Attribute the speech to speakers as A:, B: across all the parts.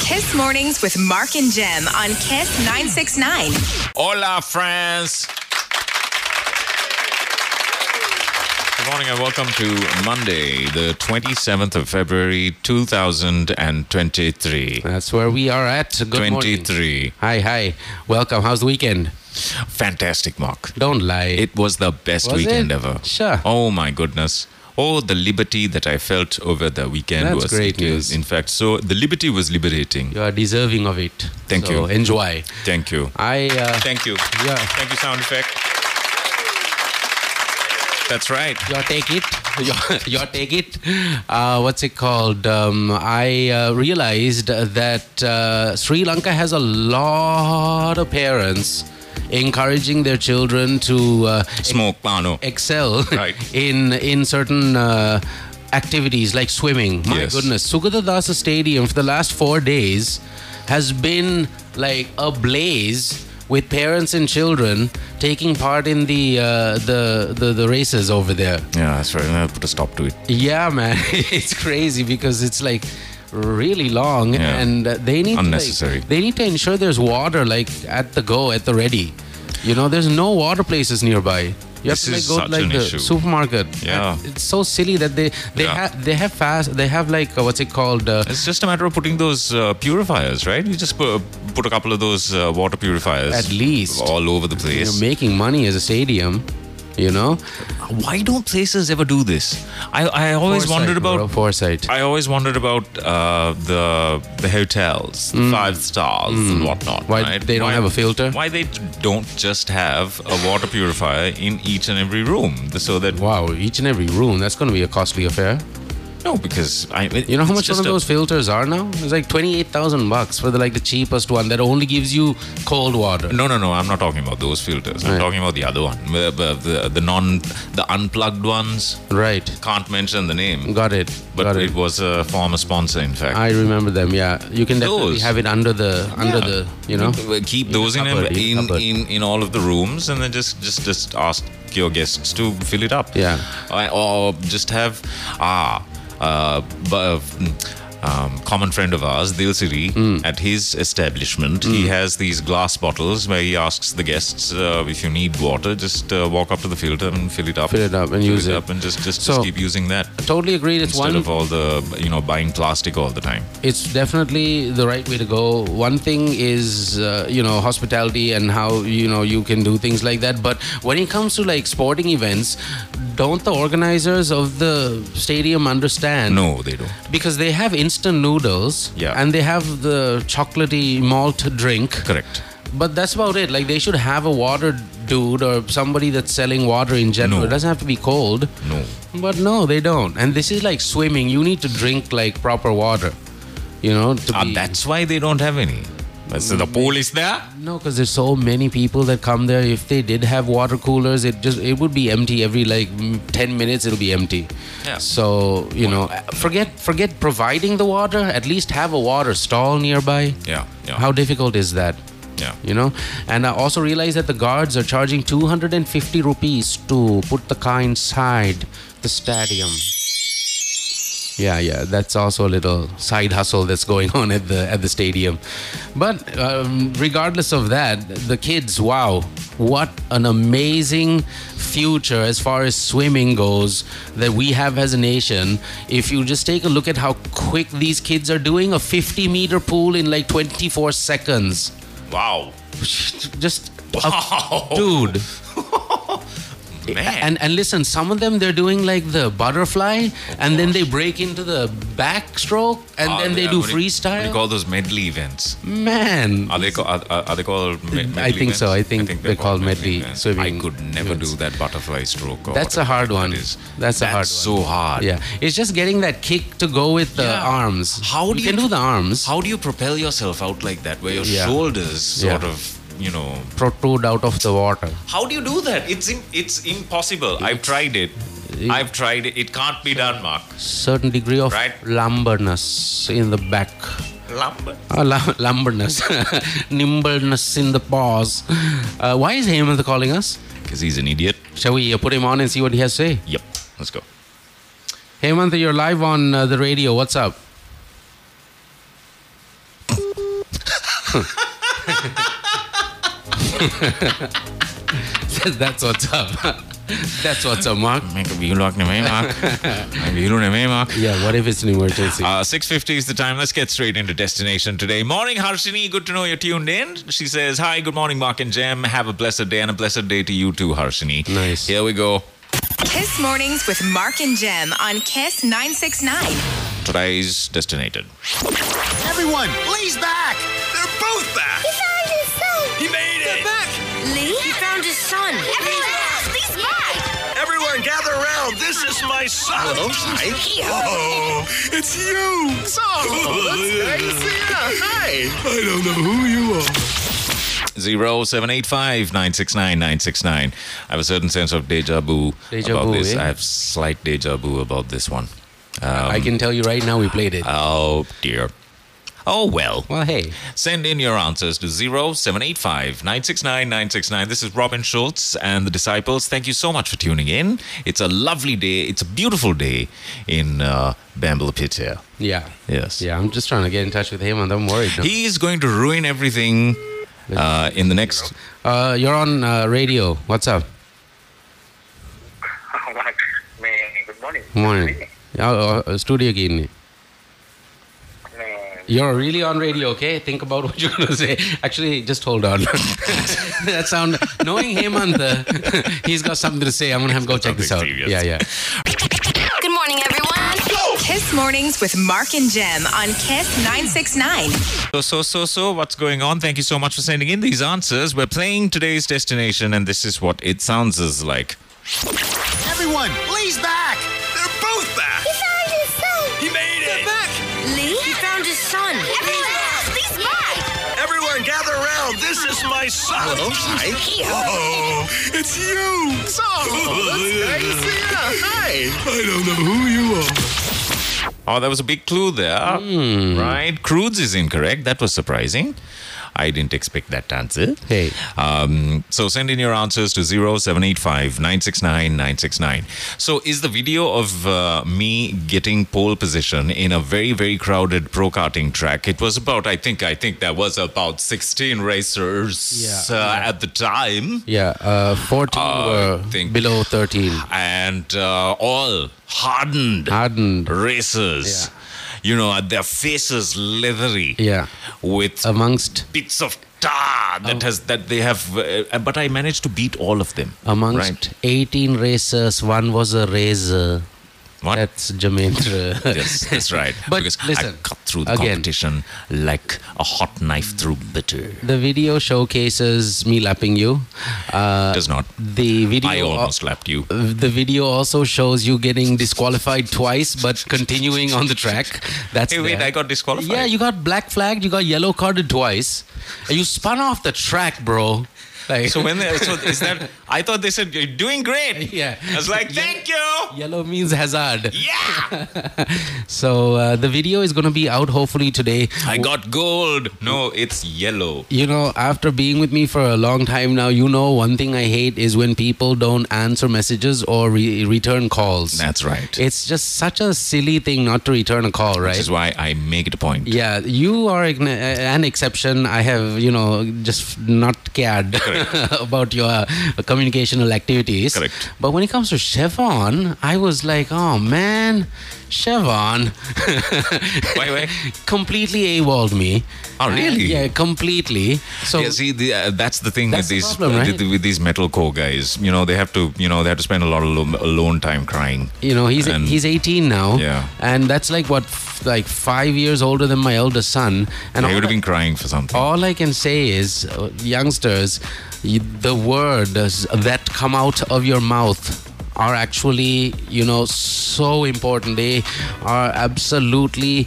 A: Kiss Mornings with Mark and Jem on Kiss 969.
B: Hola, friends. Good morning and welcome to Monday, the 27th of February, 2023.
C: That's where we are at. Good morning.
B: 23.
C: Hi, hi. Welcome. How's the weekend?
B: Fantastic, Mark.
C: Don't lie.
B: It was the best
C: Was
B: weekend
C: it?
B: ever.
C: Sure.
B: Oh, my goodness. Oh, the liberty that I felt over the weekend
C: That's
B: was
C: great
B: it is,
C: news.
B: In fact, so the liberty was liberating.
C: you are deserving of it.
B: Thank
C: So
B: you.
C: Enjoy.
B: Thank you.
C: I. Uh,
B: Thank you.
C: yeah.
B: Thank you, sound effect. That's right.
C: Your take it. Your, your take it. Uh, what's it called? Um, I uh, realized that uh, Sri Lanka has a lot of parents encouraging their children to uh,
B: Smoke, Pano.
C: excel
B: Right.
C: in in certain uh, activities like swimming. My
B: Yes.
C: goodness, Sugadadasa Stadium for the last four days has been like ablaze with parents and children taking part in the uh, the, the the races over there.
B: Yeah, that's right. I'm gonna put a stop to it.
C: Yeah, man, it's crazy because it's like really long
B: Yeah.
C: and uh, they need to, like-
B: Unnecessary.
C: they need to ensure there's water like at the go at the ready. You know, there's no water places nearby. You
B: This
C: have to like,
B: is
C: go
B: such
C: to like
B: an
C: the
B: issue.
C: supermarket.
B: Yeah.
C: And it's so silly that they they
B: Yeah.
C: have they have fast they have like uh, what's it called uh,
B: It's just a matter of putting those uh, purifiers, right? You just put, put a couple of those uh, water purifiers
C: At least.
B: all over the place.
C: you're making money as a stadium. You know,
B: Why don't places ever do this? I, I always
C: Foresight,
B: wondered
C: bro,
B: about.
C: foresight.
B: I always wondered about uh, the the hotels, the five stars and whatnot.
C: Mm. Why
B: right?
C: they don't have a filter?
B: Why they don't just have a water purifier in each and every room, so that
C: wow, each and every room that's going to be a costly affair.
B: no, because I
C: You know how much
B: just
C: one of
B: a-
C: those filters are now? It's like twenty-eight thousand bucks for the like the cheapest one that only gives you cold water.
B: No, no, no. I'm not talking about those filters. I'm
C: Right.
B: talking about the other one, the, the- the the non, the unplugged ones.
C: Right.
B: Can't mention the name,
C: Got it.
B: but
C: Got
B: it
C: it.
B: was a former sponsor. In fact,
C: I remember them. Yeah, you can definitely
B: Those.
C: have it under the under
B: Yeah.
C: the you know.
B: Well, keep those in
C: cupboard, in
B: in,
C: the
B: in,
C: cupboard.
B: in all of the rooms, and then just just just ask your guests to fill it up.
C: Yeah.
B: I- or just have ah, uh, but. Um, common friend of ours, Dil Siri,
C: Hmm.
B: at his establishment, he has these glass bottles where he asks the guests uh, if you need water, just uh, walk up to the filter and fill it up.
C: Fill it up and
B: Fill
C: use it.
B: up and just, just,
C: So-
B: just keep using that
C: Totally agreed. It's
B: instead
C: one.
B: of all the you know buying plastic all the time.
C: it's definitely the right way to go. One thing is uh, you know hospitality and how you know you can do things like that. But when it comes to like sporting events, don't the organizers of the stadium understand?
B: No, they don't.
C: because they have instant noodles
B: Yeah.
C: and they have the chocolatey malt drink
B: Correct.
C: but that's about it like they should have a water dude or somebody that's selling water in general
B: No.
C: it doesn't have to be cold
B: No.
C: but no they don't and this is like swimming you need to drink like proper water you know to
B: Ah,
C: be
B: that's why they don't have any. That's the
C: Mm.
B: pool is there.
C: no because there's so many people that come there if they did have water coolers it just it would be empty every like mm, 10 minutes it'll be empty
B: Yeah.
C: so you know forget forget providing the water at least have a water stall nearby
B: Yeah, yeah,
C: How difficult is that?
B: yeah.
C: You know? And I also realized that the guards are charging 250 rupees to put the car inside the stadium. Yeah, yeah, that's also a little side hustle that's going on at the at the stadium. But um, regardless of that, the kids, wow, what an amazing future as far as swimming goes that we have as a nation. If you just take a look at how quick these kids are doing a 50 meter pool in like 24 seconds.
B: Wow,
C: Just a
B: wow,
C: dude
B: man.
C: and and listen some of them they're doing like the butterfly and then they break into the backstroke and
B: Are
C: then they
B: Ah,
C: do
B: what you- What do you
C: freestyle
B: call Ah. those medley events?
C: man
B: Are they call, are, are are they called? Me- medley
C: Mm, I think so.
B: events?
C: I think they're called medley
B: events.
C: swimming
B: I could never
C: events.
B: do that butterfly stroke. Or
C: that's a
B: whatever
C: hard
B: that
C: one
B: is.
C: that's a hard one
B: so hard.
C: yeah it's just getting that kick to go with the
B: Yeah.
C: arms
B: How do you
C: can do
B: do-
C: the arms
B: How do you propel yourself out like that, where your
C: Yeah.
B: shoulders sort
C: Yeah.
B: of, you know?
C: protrude out of the water
B: How do you do that? It's in, it's impossible. I've tried it.
C: e
B: I've tried it. It can't be done, Mark.
C: certain degree of
B: Right.
C: lumberness in the back
B: Lumber.
C: uh, lu- lumberness nimbleness in the paws uh, why is Hemant calling us
B: Because he's an idiot.
C: Shall we uh, put him on and see what he has to say?
B: Yep. Let's go.
C: Hey, Mantha, you're live on uh, the radio. What's up? That's what's up. That's what's up, Mark.
B: मैं कभी भीलू आँख ने मैं मार मैं भीलू ने मैं मार
C: Yeah, what if it's an emergency?
B: Uh, 6.50 is the time. Let's get straight into destination today. Morning, Harshini. Good to know you're tuned in. She says, hi, good morning, Mark and Jem. Have a blessed day and a blessed day to you too, Harshini.
C: Nice.
B: Here we go.
A: Kiss Mornings with Mark and Jem on Kiss 969.
B: Today's destinated.
D: Everyone, Lee's back! They're both back!
E: found his son!
D: He made it!
E: Lee? He found his son! Everyone else, Lee's back!
D: Everyone, gather around! This is my son! Hello,
E: Here!
D: Oh, it's you! So, Hi! Oh, I don't know who you are.
B: 0785-969-969. I have a certain sense of deja vu
C: Deja
B: about
C: vu,
B: this.
C: eh?
B: I have slight deja vu about this one.
C: I can tell you right now, we played it.
B: Oh, dear. Oh, well.
C: Well, hey,
B: Send in your answers to 0785 969 969. This is Robin Schultz and the Disciples. Thank you so much for tuning in. It's a lovely day. It's a beautiful day in uh, Bamble Pit here.
C: yeah,
B: Yes.
C: yeah. I'm just trying to get in touch with him, and I'm worried. now.
B: He is going to ruin everything uh, in the next.
C: Uh, you're on uh, radio. What's up?
F: Mark, मैं good morning
C: Good morning. Uh, uh, studio key.
F: मैं
C: You're really on radio, okay? Think about what you're gonna say. Actually, just hold on. that sound. Knowing him on the, he's got something to say. I'm gonna have go check this out.
B: Something serious.
C: Yeah, yeah.
E: Good morning, everyone!
A: Kiss Mornings with Mark and Jem on Kiss 969.
B: So, so, so, so, what's going on? Thank you so much for sending in these answers. We're playing today's destination, and this is what it sounds is like.
D: Everyone, Lee's back! They're both back!
E: He found his son!
D: He made it!
E: Lee? He found his son! Everyone else, Lee's back!
D: Everyone, gather around! This is my son!
E: Here!
D: Oh, it's you! So, Hi! Oh, I don't know who you are.
B: Oh, there was a big clue there. Right? Crudes is incorrect. That was surprising. I didn't expect that answer.
C: Hey.
B: Um, so send in your answers to 0785 969 969. So is the video of uh, me getting pole position in a very, very crowded pro karting track. It was about, I think, I think there was about 16 racers
C: Yeah.
B: uh, at the time.
C: Yeah, uh, 14 were
B: think-
C: below 13.
B: And uh, all hardened
C: Hardened.
B: racers.
C: Yeah.
B: You know, and their faces leathery.
C: Yeah, Um,
B: With
C: amongst
B: bits of tar that
C: um,
B: has that they have uh, but i managed to beat all of them
C: amongst
B: right
C: 18 racers, one was a razor.
B: what
C: That's Jamendra.
B: yes that's right
C: But
B: because
C: listen,
B: i cut through the
C: again.
B: competition like a hot knife through butter
C: The video showcases me lapping you. Uh,
B: does not
C: the video.
B: i almost lapped you
C: the video also shows you getting disqualified twice, but continuing on the track. That's
B: hey wait
C: there.
B: i got disqualified
C: Yeah, you got black flagged. You got yellow carded twice. And you spun off the track, bro. Like
B: so when they, so is that i thought they said you're doing great
C: Yeah.
B: i was like thank you
C: yellow means hazard.
B: yeah
C: So uh, the video is going to be out hopefully today.
B: i got gold no it's yellow
C: You know, after being with me for a long time now, you know one thing I hate is when people don't answer messages or re- return calls.
B: that's right
C: It's just such a silly thing not to return a call, right?
B: which is why i make it a point
C: Yeah, you are ign- uh, an exception. I have, you know, just not cared about your uh, communicational activities.
B: Correct.
C: But when it comes to Chevron, I was like, oh man, Chevron.
B: Why, why?
C: Completely AWOL'd me.
B: Oh,
C: And-
B: really?
C: yeah, completely. So,
B: yeah, see, the, uh, that's the thing
C: That's
B: with
C: the
B: these
C: problem,
B: uh,
C: right?
B: with, with these metalcore guys. You know, they have to, you know, they have to spend a lot of lo- alone time crying.
C: you know, he's
B: And-
C: he's 18 now.
B: Yeah.
C: And that's like, what, f- like five years older than my eldest son. And
B: they would
C: all
B: have
C: that-
B: been crying for something.
C: All I can say is, uh, youngsters, you, the words that come out of your mouth are actually, you know, so important. They are absolutely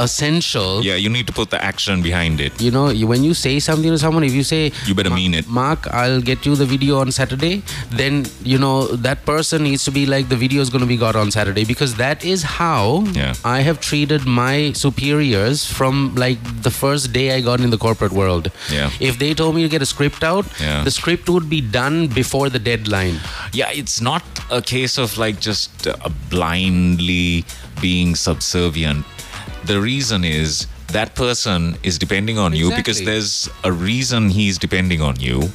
C: essential.
B: Yeah, you need to put the action behind it.
C: You know, you, when you say something to someone, if you say,
B: You better mean it.
C: Mark, I'll get you the video on Saturday, then, you know, that person needs to be like, the video is going to be got on Saturday because that is how
B: Yeah.
C: I have treated my superiors from like the first day I got in the corporate world.
B: Yeah.
C: If they told me to get a script out,
B: Yeah.
C: the script would be done before the deadline.
B: Yeah, it's not a case of like just uh, blindly being subservient. The reason is that person is depending on you because
C: Exactly.
B: there's a reason he's depending on you.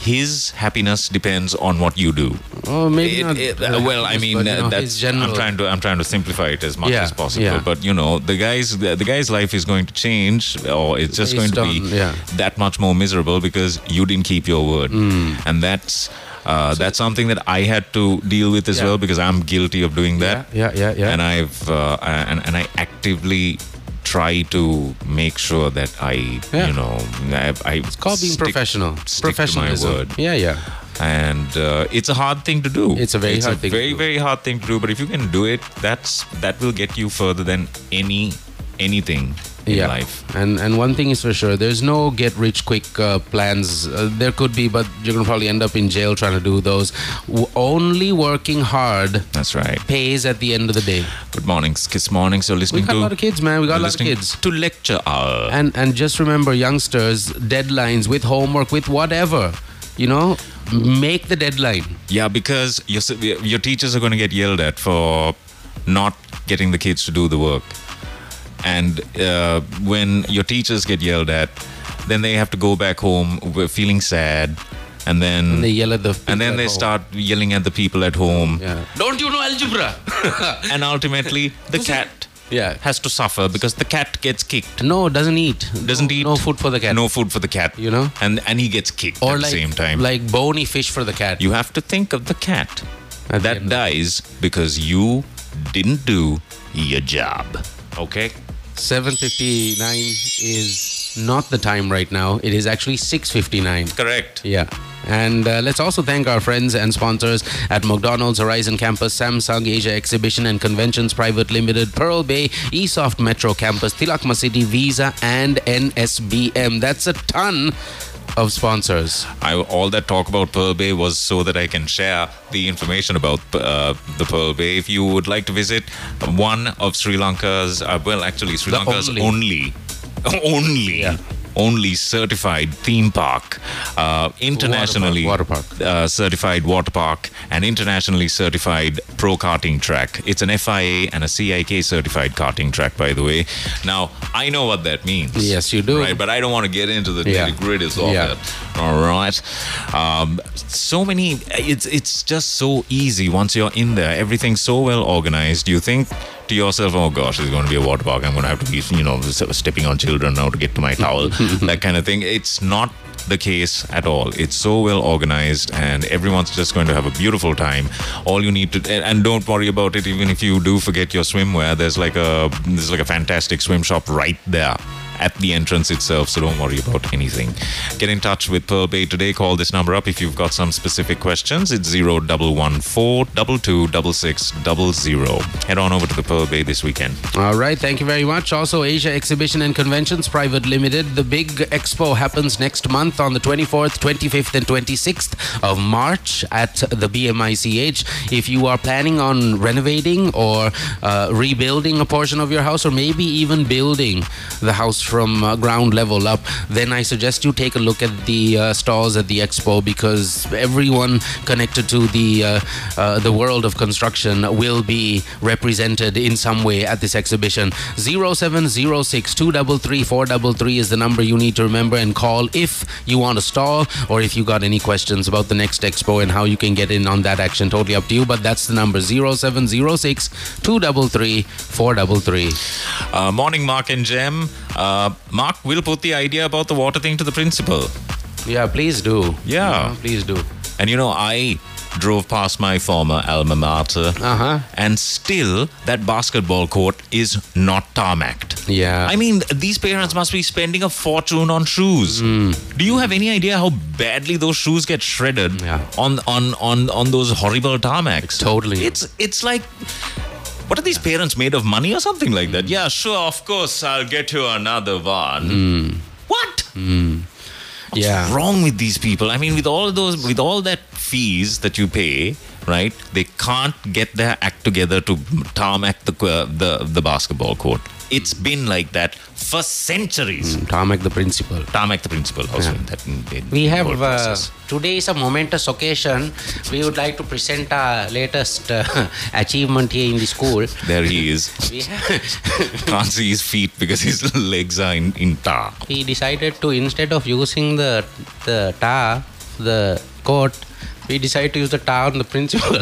B: His happiness depends on what you do.
C: Oh, maybe
B: It-
C: not.
B: it- uh,
C: the
B: well, I mean,
C: happiness, but, you know, his
B: that's.
C: general.
B: I'm trying to I'm trying to simplify it as much
C: Yeah,
B: as possible.
C: yeah.
B: But you know, the guy's the, the guy's life is going to change, or it's just going
C: Based
B: to
C: on-
B: be
C: yeah.
B: that much more miserable because you didn't keep your word,
C: Hmm.
B: and that's. Uh, that's something that I had to deal with as
C: Yeah.
B: well because I'm guilty of doing that.
C: Yeah, yeah, yeah, yeah.
B: And I've uh, and and I actively try to make sure that I,
C: Yeah.
B: you know, I, I it's
C: Call being professional.
B: Stick to my
C: Professionalism.
B: word
C: Yeah, yeah.
B: and uh, it's a hard thing to do.
C: It's a very hard thing to
B: Very
C: do.
B: very hard thing to do. But if you can do it, that's that will get you further than any anything in
C: yeah.
B: life.
C: And and one thing is for sure, there's no get rich quick uh, plans. Uh, there could be, but you're gonna probably end up in jail trying to do those. W- only working hard
B: That's right.
C: pays at the end of the day.
B: Good morning, Kiss Morning. So
C: We
B: listening
C: got
B: to
C: a lot of kids, man. We got a lot of
B: listening
C: kids.
B: to lecture hour.
C: And and just remember, youngsters, deadlines with homework, with whatever, you know, make the deadline.
B: Yeah, because your s- your teachers are going to get yelled at for not getting the kids to do the work, and uh, when your teachers get yelled at, then they have to go back home w- feeling sad, and then
C: They yell at the
B: and
C: people
B: then
C: at
B: they
C: home.
B: start yelling at the people at home
C: Yeah. Don't you know algebra?
B: and ultimately the cat
C: Yeah.
B: has to suffer because the cat gets kicked
C: No, doesn't eat.
B: doesn't
C: no,
B: eat
C: No food for the cat.
B: no food for the cat
C: You know?
B: and and he gets kicked
C: Or
B: at
C: like
B: the same time
C: like bony fish for the cat.
B: you have to think of the cat
C: At the
B: that
C: end of-
B: dies because you didn't do your job okay
C: 7:59 is not the time right now. It is actually 6:59.
B: correct
C: Yeah. And uh, let's also thank our friends and sponsors at McDonald's, Horizon Campus, Samsung Asia Exhibition and Conventions Private Limited, Pearl Bay, Esoft Metro Campus, Tilakma City, Visa, and NSBM. That's a ton of sponsors.
B: I, all that talk about Pearl Bay was so that I can share the information about uh, the Pearl Bay. If you would like to visit one of Sri Lanka's, uh, well, actually, Sri
C: The
B: Lanka's
C: only.
B: only, only,
C: Yeah.
B: only certified theme park, uh, internationally
C: water park.
B: Uh, certified water park, and internationally certified pro karting track. It's an FIA and a CIK certified karting track, by the way. Now, I know what that means.
C: Yes, you do.
B: Right, but I don't want to get into the
C: Yeah.
B: nitty gritties of
C: Yeah.
B: it. All right. Um, so many. It's it's just so easy once you're in there. Everything's so well organized. You think to yourself, "Oh gosh, there's going to be a water park. I'm going to have to be, you know, s- stepping on children now to get to my towel." that kind of thing. It's not the case at all. It's so well organized, and everyone's just going to have a beautiful time. All you need to, and- and don't worry about it. Even if you do forget your swimwear, there's like a there's like a fantastic swim shop right there at the entrance itself, so don't worry about anything. Get in touch with Pearl Bay today. Call this number up if you've got some specific questions. It's 0114-226600. Head on over to the Pearl Bay this weekend.
C: All right, thank you very much. Also, Asia Exhibition and Conventions Private Limited. The big expo happens next month on the 24th, 25th, and 26th of March at the BMICH. If you are planning on renovating or uh, rebuilding a portion of your house, or maybe even building the house from uh, ground level up, then I suggest you take a look at the uh, stalls at the expo because everyone connected to the uh, uh, the world of construction will be represented in some way at this exhibition. 0706 233 433 is the number you need to remember and call if you want a stall or if you got any questions about the next expo and how you can get in on that action. Totally up to you, but that's the number 0706 233 433.
B: Uh, morning, Mark and Jem. Uh, Mark will put the idea about the water thing to the principal.
C: Yeah, please do.
B: Yeah.
C: Yeah, please do.
B: And you know, I drove past my former alma mater,
C: Uh-huh.
B: and still that basketball court is not tarmacked.
C: Yeah.
B: I mean, these parents must be spending a fortune on shoes.
C: Hmm.
B: Do you have any idea how badly those shoes get shredded
C: Yeah.
B: on, on on on those horrible tarmacs?
C: Totally.
B: It's it's like what are these parents made of money or something like
C: Hmm.
B: that? Yeah, sure, of course, I'll get you another one.
C: Hmm.
B: What?
C: yeah.
B: wrong with these people? I mean, with all those, with all that fees that you pay, right? They can't get their act together to tarmac the qu- uh, the the basketball court. It's been like that for centuries.
C: Tarmac the principal.
B: Tarmac the principle also
C: Yeah.
B: in that. In, in
C: We
B: the
C: have
B: whole
C: uh,
B: process.
C: today is a momentous occasion. We would like to present our latest uh, achievement here in the school.
B: There he is.
C: We have,
B: Can't see his feet because his legs are in, in tar.
C: we decided to instead of using the the tar the court we decided to use the tar on the principal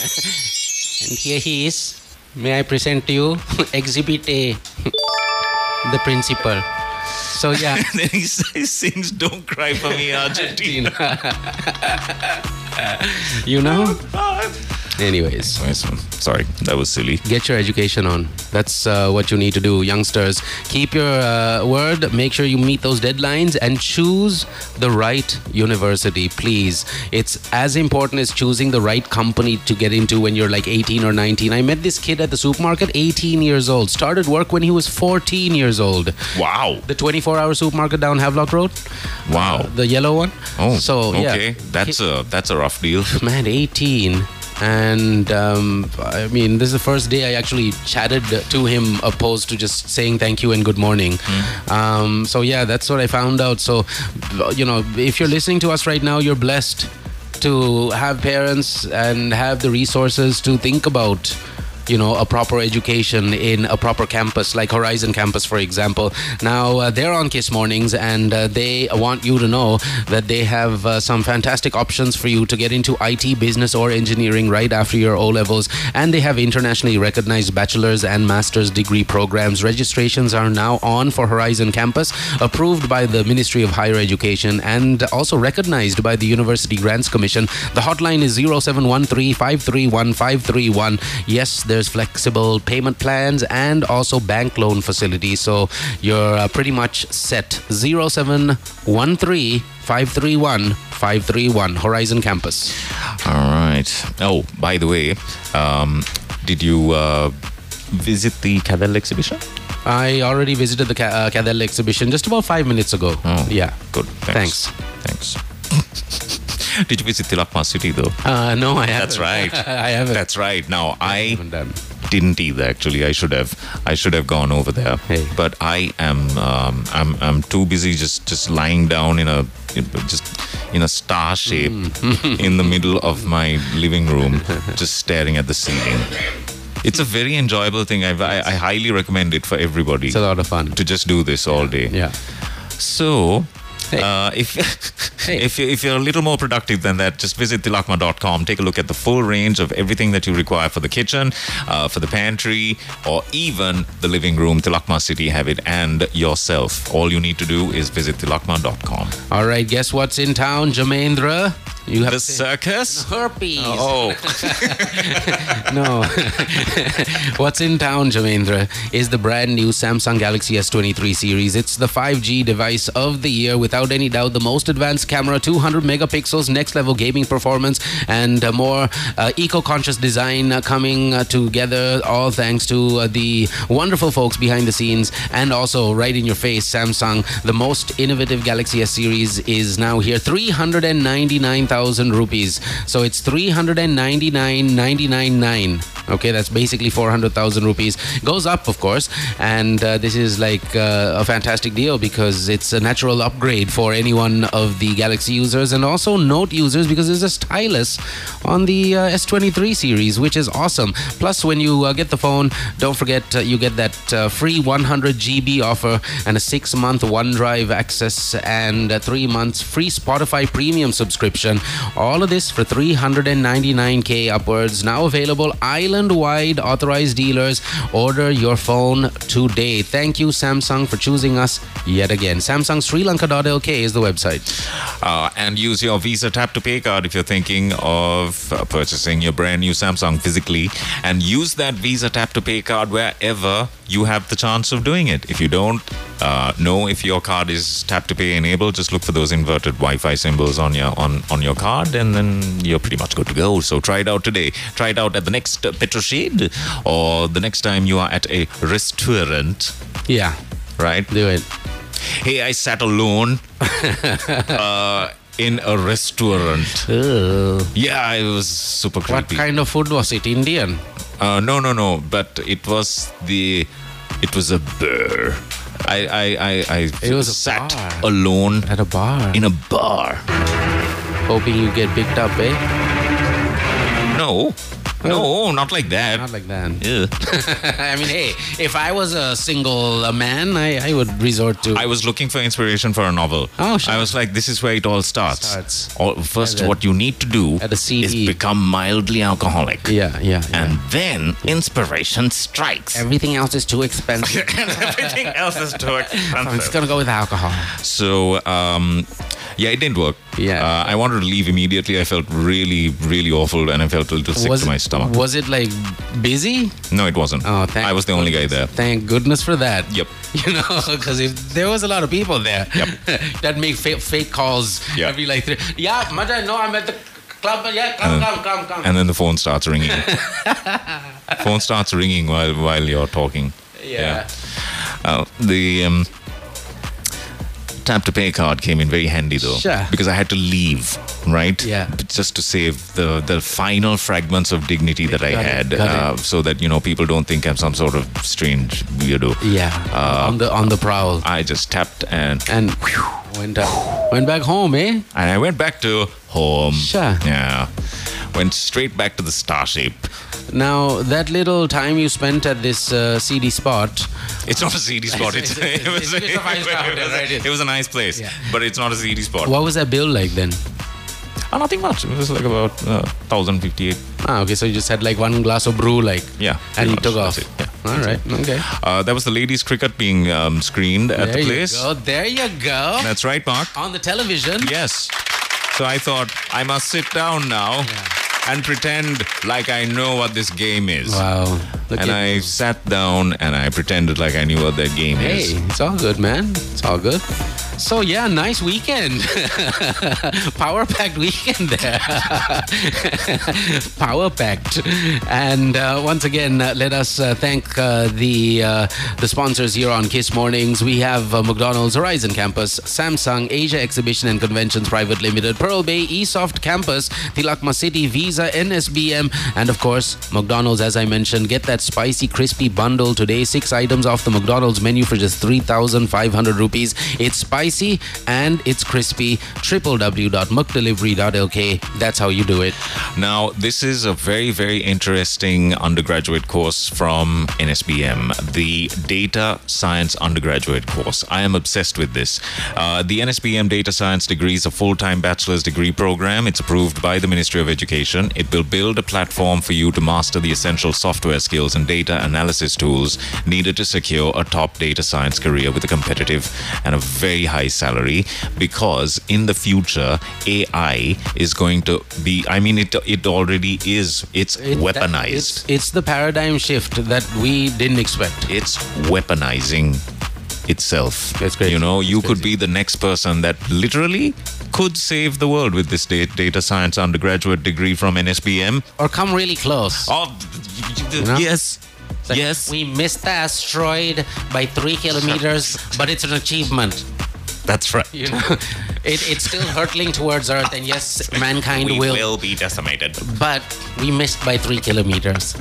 C: and here he is may i present to you exhibit a the principal so yeah
B: And then he says, "Sins, don't cry for me, Argentina."
C: you know anyways
B: Nice one. Sorry, that was silly.
C: get your education on that's uh, what you need to do youngsters keep your uh, word make sure you meet those deadlines and choose the right university please it's as important as choosing the right company to get into when you're like 18 or 19 i met this kid at the supermarket 18 years old started work when he was 14 years old
B: Wow.
C: the 24 hour supermarket down havelock road
B: Wow.
C: the yellow one.
B: Oh,
C: so yeah
B: okay. That's a that's a rough deal.
C: man 18 and um, i mean this is the first day i actually chatted to him opposed to just saying thank you and good morning um, so yeah that's what i found out so you know if you're listening to us right now you're blessed to have parents and have the resources to think about you know a proper education in a proper campus like horizon campus for example now uh, they're on kiss mornings and uh, they want you to know that they have uh, some fantastic options for you to get into it business or engineering right after your o levels and they have internationally recognized bachelor's and master's degree programs registrations are now on for horizon campus approved by the ministry of higher education and also recognized by the university grants commission the hotline is 0713 531 531 yes there's flexible payment plans and also bank loan facilities so you're uh, pretty much set 0713 531 531 horizon campus
B: All right. Oh, by the way, um, did you uh, visit the Cadell exhibition?
C: i already visited the Ca- uh, cadell exhibition just about five minutes ago
B: Oh,
C: yeah
B: Good. Thanks. Thanks. did you visit Tilakma City though?
C: uh, no i haven't
B: That's right.
C: i haven't
B: That's right. Now I
C: haven't done.
B: didn't either. Actually, I should have. I should have gone over there.
C: Hey.
B: But I am. Um, I'm. I'm too busy just just lying down in a in- just in a star shape
C: Hmm.
B: in the middle of my living room, just staring at the ceiling. It's a very enjoyable thing. I've, I I highly recommend it for everybody
C: it's a lot of fun
B: to just do this all day.
C: yeah
B: So,
C: Hey.
B: uh, if
C: Hey.
B: if, you, if you're a little more productive than that, just visit tilakma.com. Take a look at the full range of everything that you require for the kitchen, uh, for the pantry, or even the living room. Tilakma City have it, and yourself. All you need to do is visit tilakma.com.
C: All right, guess what's in town, Jamendra? You have
B: The circus.
C: herpes.
B: Oh,
C: No. what's in town, Jamendra, is the brand new Samsung Galaxy S23 series. It's the 5G device of the year, without any doubt, the most advanced camera, 200 megapixels, next level gaming performance, and uh, more uh, eco conscious design uh, coming uh, together, all thanks to uh, the wonderful folks behind the scenes and also right in your face, Samsung. The most innovative Galaxy S series is now here, 399,000 rupees. So it's 399,999. Okay, that's basically 400,000 rupees. Goes up, of course, and uh, this is like uh, a fantastic deal because it's a natural upgrade for any one of the Galaxy users and also Note users because there's a stylus on the uh, S23 series, which is awesome. Plus, when you uh, get the phone, don't forget uh, you get that uh, free 100 GB offer and a six month OneDrive access and uh, three months free Spotify premium subscription. All of this for 399K upwards. Now available island wide authorized dealers. Order your phone today. Thank you, Samsung, for choosing us yet again. Samsung Sri Lanka.lk is the website.
B: uh, and use your Visa Tap to Pay card if you're thinking of uh, purchasing your brand new Samsung physically. And use that Visa Tap to Pay card wherever you have the chance of doing it. If you don't uh, know if your card is Tap to Pay enabled, just look for those inverted Wi-Fi symbols on your on on your card, and then you're pretty much good to go. So try it out today. Try it out at the next uh, Petroshade or the next time you are at a restaurant.
C: Yeah,
B: Right
C: do it.
B: hey, I sat alone uh, in a restaurant.
C: Ugh.
B: Yeah, it was super creepy.
C: What kind of food was it? Indian?
B: Uh, no, no, no. But it was the, it was a bear. I, I, I, I
C: It was a
B: sat
C: bar.
B: alone
C: At a bar.
B: in a bar.
C: Hoping you get picked up, eh?
B: No, no, not like that.
C: Not like that.
B: Ugh.
C: I mean, hey, if I was a single uh, man, I, I would resort to.
B: I was looking for inspiration for a novel.
C: Oh, sure.
B: I was like, this is where it all starts.
C: Starts.
B: All, first,
C: At a-
B: what you need to do
C: at a CD.
B: is become mildly alcoholic.
C: yeah, yeah. yeah.
B: And then inspiration strikes.
C: Everything else is too expensive.
B: and everything else is too
C: I'm just
B: expensive.
C: gonna go with alcohol.
B: So, um, yeah, it didn't work.
C: Yeah.
B: Uh, I wanted to leave immediately. I felt really, really awful and I felt a little sick
C: was
B: to my
C: it,
B: stomach.
C: Was it like busy?
B: no, it wasn't.
C: Oh, thank.
B: I was the only guy there.
C: Thank goodness for that.
B: Yep.
C: You know, because if there was a lot of people there,
B: Yep.
C: that make fake, fake calls
B: Yeah.
C: every like three. Yeah, mother, no, I'm at the club. Yeah, come,
B: And-
C: come, come, come.
B: And then the phone starts ringing. phone starts ringing while, while you're talking.
C: yeah.
B: Uh, the um, tap to pay card came in very handy though,
C: Sure.
B: because I had to leave, right?
C: Yeah.
B: Just to save the the final fragments of dignity that I
C: Got it,
B: had,
C: got it.
B: uh, so that you know people don't think I'm some sort of strange weirdo.
C: Yeah.
B: Uh,
C: on the on the prowl.
B: I just tapped and
C: and went up, went back home, eh?
B: and I went back to home.
C: Sure.
B: Yeah. Went straight back to the starship.
C: Now that little time you spent at this uh, CD spot,
B: It's not a CD spot. It's,
C: It's- it's-
B: it was-
C: it's a bit of ice down there, right?
B: it was a nice place,
C: Yeah.
B: but it's not a CD spot.
C: what was that bill like then?
B: Oh, nothing much. It was like about uh, 1,058
C: Ah, okay, so you just had like one glass of brew, like
B: Yeah,
C: and
B: pretty
C: you
B: much.
C: took off.
B: That's it, yeah.
C: All right, okay.
B: Uh, that was the ladies' cricket being um, screened at the
C: there
B: place.
C: you go. There you go.
B: That's right, Mark.
C: On the television.
B: Yes. So I thought I must sit down now and pretend like I know what this game is.
C: Wow. Look
B: And
C: at
B: I
C: you.
B: sat down and I pretended like I knew what that game
C: Hey,
B: is.
C: it's all good, man. It's all good. So yeah, nice weekend. Power packed weekend there. Power packed. And uh, once again, uh, let us uh, thank uh, the uh, the sponsors here on Kiss Mornings. We have uh, McDonald's Horizon Campus, Samsung Asia Exhibition and Conventions Private Limited, Pearl Bay Esoft Campus, Tilakma City, Visa, NSBM, and of course McDonald's. As I mentioned, get that spicy crispy bundle today. Six items off the McDonald's menu for just three thousand five hundred rupees. It's spicy and it's crispy. www.mukdelivery.lk. That's how you do it.
B: Now, this is a very, very interesting undergraduate course from NSBM, the Data Science Undergraduate course. I am obsessed with this. Uh, the NSBM Data Science degree is a full time bachelor's degree program. It's approved by the Ministry of Education. It will build a platform for you to master the essential software skills and data analysis tools needed to secure a top data science career with a competitive and a very high salary because in the future, AI is going to be, I mean, it, it already is, it's
C: It- that-
B: weaponized.
C: it's, it's the paradigm shift that we didn't expect.
B: it's weaponizing itself.
C: That's crazy.
B: You know, you
C: That's
B: could
C: crazy.
B: be the next person that literally could save the world with this da- data science undergraduate degree from NSBM.
C: Or come really close.
B: Oh,
C: You know?
B: yes.
C: It's like,
B: yes.
C: We missed the asteroid by three kilometers, but it's an achievement.
B: That's right.
C: You know, it, it's still hurtling towards Earth, and yes, mankind
B: we
C: will,
B: be decimated.
C: But we missed by three kilometers.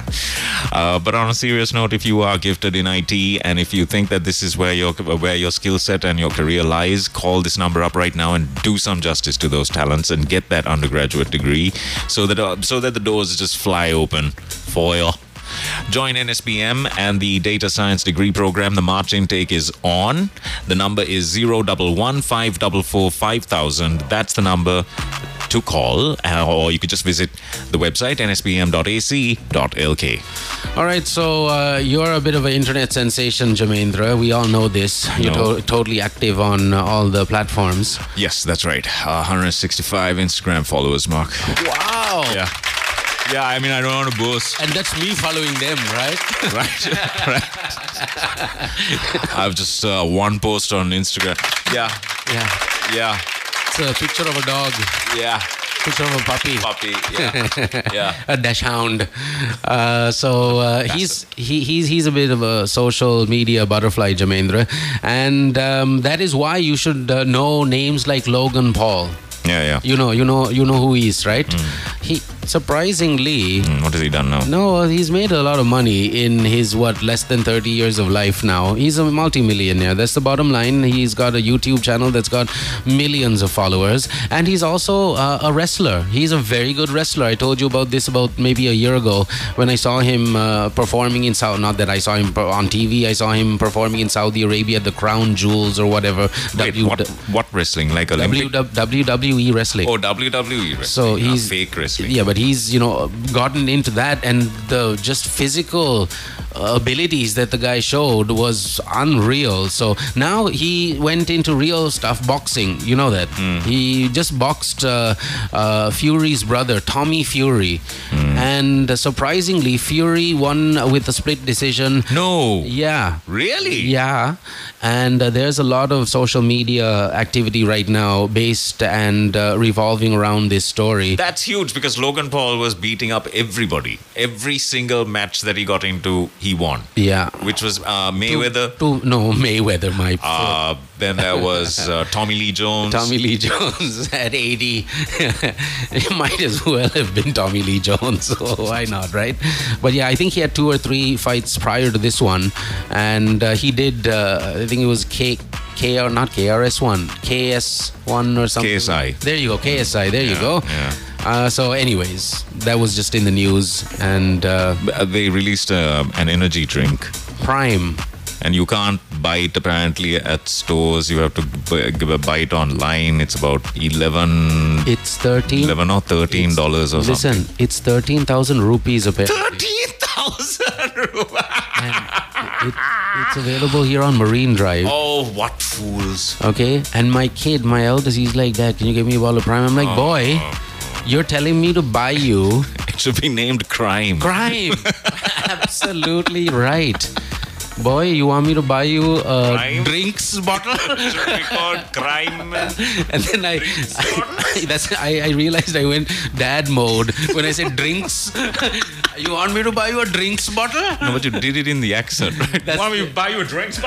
B: Uh, but on a serious note, if you are gifted in IT and if you think that this is where your where your skill set and your career lies, call this number up right now and do some justice to those talents and get that undergraduate degree so that uh, so that the doors just fly open for you. Join NSBM and the Data Science Degree Program. The March intake is on. The number is 011-544-5000. That's the number to call, uh, or you could just visit the website nsbm.ac.lk.
C: All right, so uh, you're a bit of an internet sensation, Jamendra. We all know this. You're
B: No.
C: to- totally active on uh, all the platforms.
B: Yes, that's right. Uh, 165 Instagram followers, Mark.
C: Wow.
B: Yeah. Yeah, I mean, I don't want to boast,
C: And that's me following them, right?
B: right? right. I've just uh, one post on Instagram. Yeah,
C: yeah.
B: yeah,
C: It's a picture of a dog,
B: yeah.
C: picture of a puppy.
B: Puppy, yeah, yeah.
C: a dash hound. Uh, so uh, he's he, he's he's a bit of a social media butterfly, Jamendra, and um, that is why you should uh, know names like Logan Paul.
B: Yeah, yeah.
C: You know, you know, you know who he is, right? He surprisingly.
B: Mm, What has he done now?
C: No, he's made a lot of money in his what less than 30 years of life now. He's a multimillionaire. That's the bottom line. He's got a YouTube channel that's got millions of followers, and he's also uh, a wrestler. He's a very good wrestler. I told you about this about maybe a year ago when I saw him uh, performing in Saudi. Not that I saw him per- on TV. I saw him performing in Saudi Arabia at the Crown Jewels or whatever.
B: Wait,
C: W-
B: what, what wrestling? Like Olympic?
C: W- WWE wrestling.
B: oh, WWE wrestling.
C: So
B: yeah,
C: he's
B: fake wrestling.
C: Yeah, but he's you know gotten into that, and the just physical uh, abilities that the guy showed was unreal. So now he went into real stuff, boxing. You know that he just boxed uh, uh, Fury's brother, Tommy Fury, and surprisingly, Fury won with a split decision.
B: No.
C: Yeah.
B: Really?
C: Yeah, and uh, there's a lot of social media activity right now based and uh, revolving around this story.
B: That's huge because Logan Paul was beating up everybody. Every single match that he got into, he won.
C: yeah.
B: Which was uh, Mayweather.
C: To, no, Mayweather, my
B: Uh, then there was uh, Tommy Lee Jones.
C: Tommy Lee Jones at 80. it might as well have been Tommy Lee Jones. So why not, right? But yeah, I think he had two or three fights prior to this one. And uh, he did, uh, I think it was K. K or not KRS1, KS1 or something.
B: KSI.
C: There you go, KSI. There you
B: Yeah,
C: go.
B: yeah.
C: Uh, so, anyways, that was just in the news and uh,
B: Uh, They released uh, an energy drink.
C: Prime.
B: and you can't buy it apparently at stores. You have to b- b- buy it online. It's about 11,
C: It's 13.
B: 11 or 13 dollars or
C: Listen,
B: something.
C: it's 13,000 rupees apparently.
B: 13,000 rupees.
C: It, it's available here on Marine Drive.
B: Oh, what fools.
C: Okay, and my kid, my eldest, he's like, Dad, can you give me a ball of prime? I'm like, Boy, you're telling me to buy you
B: It should be named crime.
C: crime. Absolutely right. Boy, you want me to buy you a
B: Crime?
C: drinks bottle?
B: It should be called crime.
C: and then I, I that's I, I realized I went dad mode when I said drinks. you want me to buy you a drinks bottle?
B: No, but you did it in the accent, right?
C: That's
B: Why don't we buy you a drink?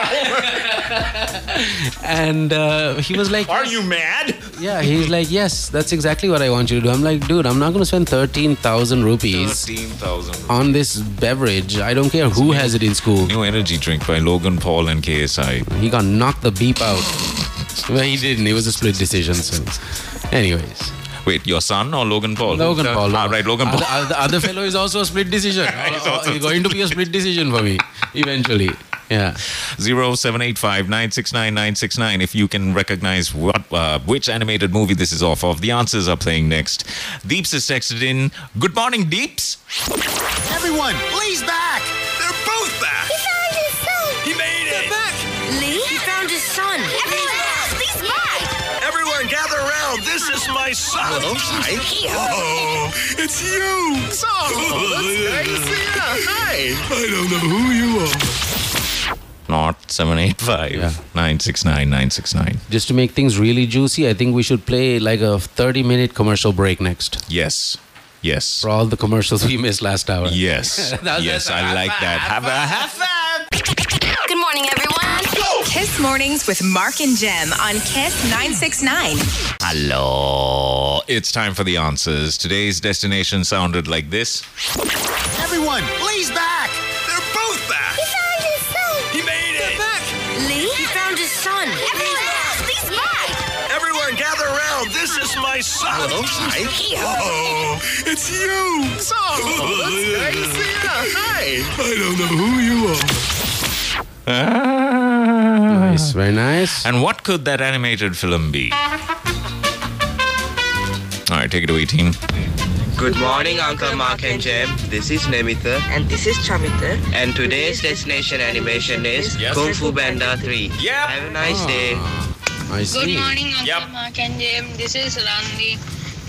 C: And uh, he was like,
B: Are you mad?
C: Yeah, he's like, yes, that's exactly what I want you to do. I'm like, dude, I'm not going to spend 13,000 rupees
B: 13,000.
C: on this beverage. I don't care who has it in school.
B: New energy drink by Logan Paul and KSI.
C: He got knocked the beep out. Well, he didn't. It was a split decision. So, anyways,
B: Wait, your son or Logan Paul?
C: Logan Paul.
B: Ah, right, Logan Paul.
C: Other, other, other fellow is also a split decision. It's
B: also
C: going to be a split decision for me eventually. Yeah.
B: Zero seven eight five nine six nine nine six nine. If you can recognize what uh, which animated movie this is off of, the answers are playing next. Deeps is texted in. Good morning, Deeps.
D: Everyone, Lee's back! They're both back!
E: He found his son!
D: He made it!
E: Lee? He found his son! Everyone else, Lee's back!
G: Everyone gather around. This is my son.
D: Oh, it's you! So, that's great to see you. Hi! I don't know who you are.
B: Not seven eight
C: Yeah.
B: five nine six nine nine six nine.
C: Just to make things really juicy, I think we should play like a 30 minute commercial break next
B: Yes, yes,
C: for all the commercials we missed last hour.
B: yes,
C: was
B: yes.
C: just a
B: I like that. Have a half.
E: Good morning, everyone!
A: Kiss Mornings with Mark and Jem on Kiss 969.
B: Hello. It's time for the answers. Today's destination sounded like this.
D: Everyone, Lee's back! They're both back!
E: He found his son!
D: He made it!
E: Lee? He found his son! Everyone else, Lee's back!
G: Everyone gather around. This is my son.
D: Oh, it's you! So, that's great to see you. Hi! I don't know who you are.
C: Nice, very nice.
B: And what could that animated film be? All right, take it away, team.
H: Good morning, Uncle Mark and Jim. This is Nemitha,
I: and this is Chamita.
H: and today's destination animation is
B: Yes.
H: Kung Fu Panda Ah. 3.
B: Yep.
H: Have a nice day.
C: I see.
J: Good morning, Uncle
B: Yep.
J: Mark and Jim. This is Randy.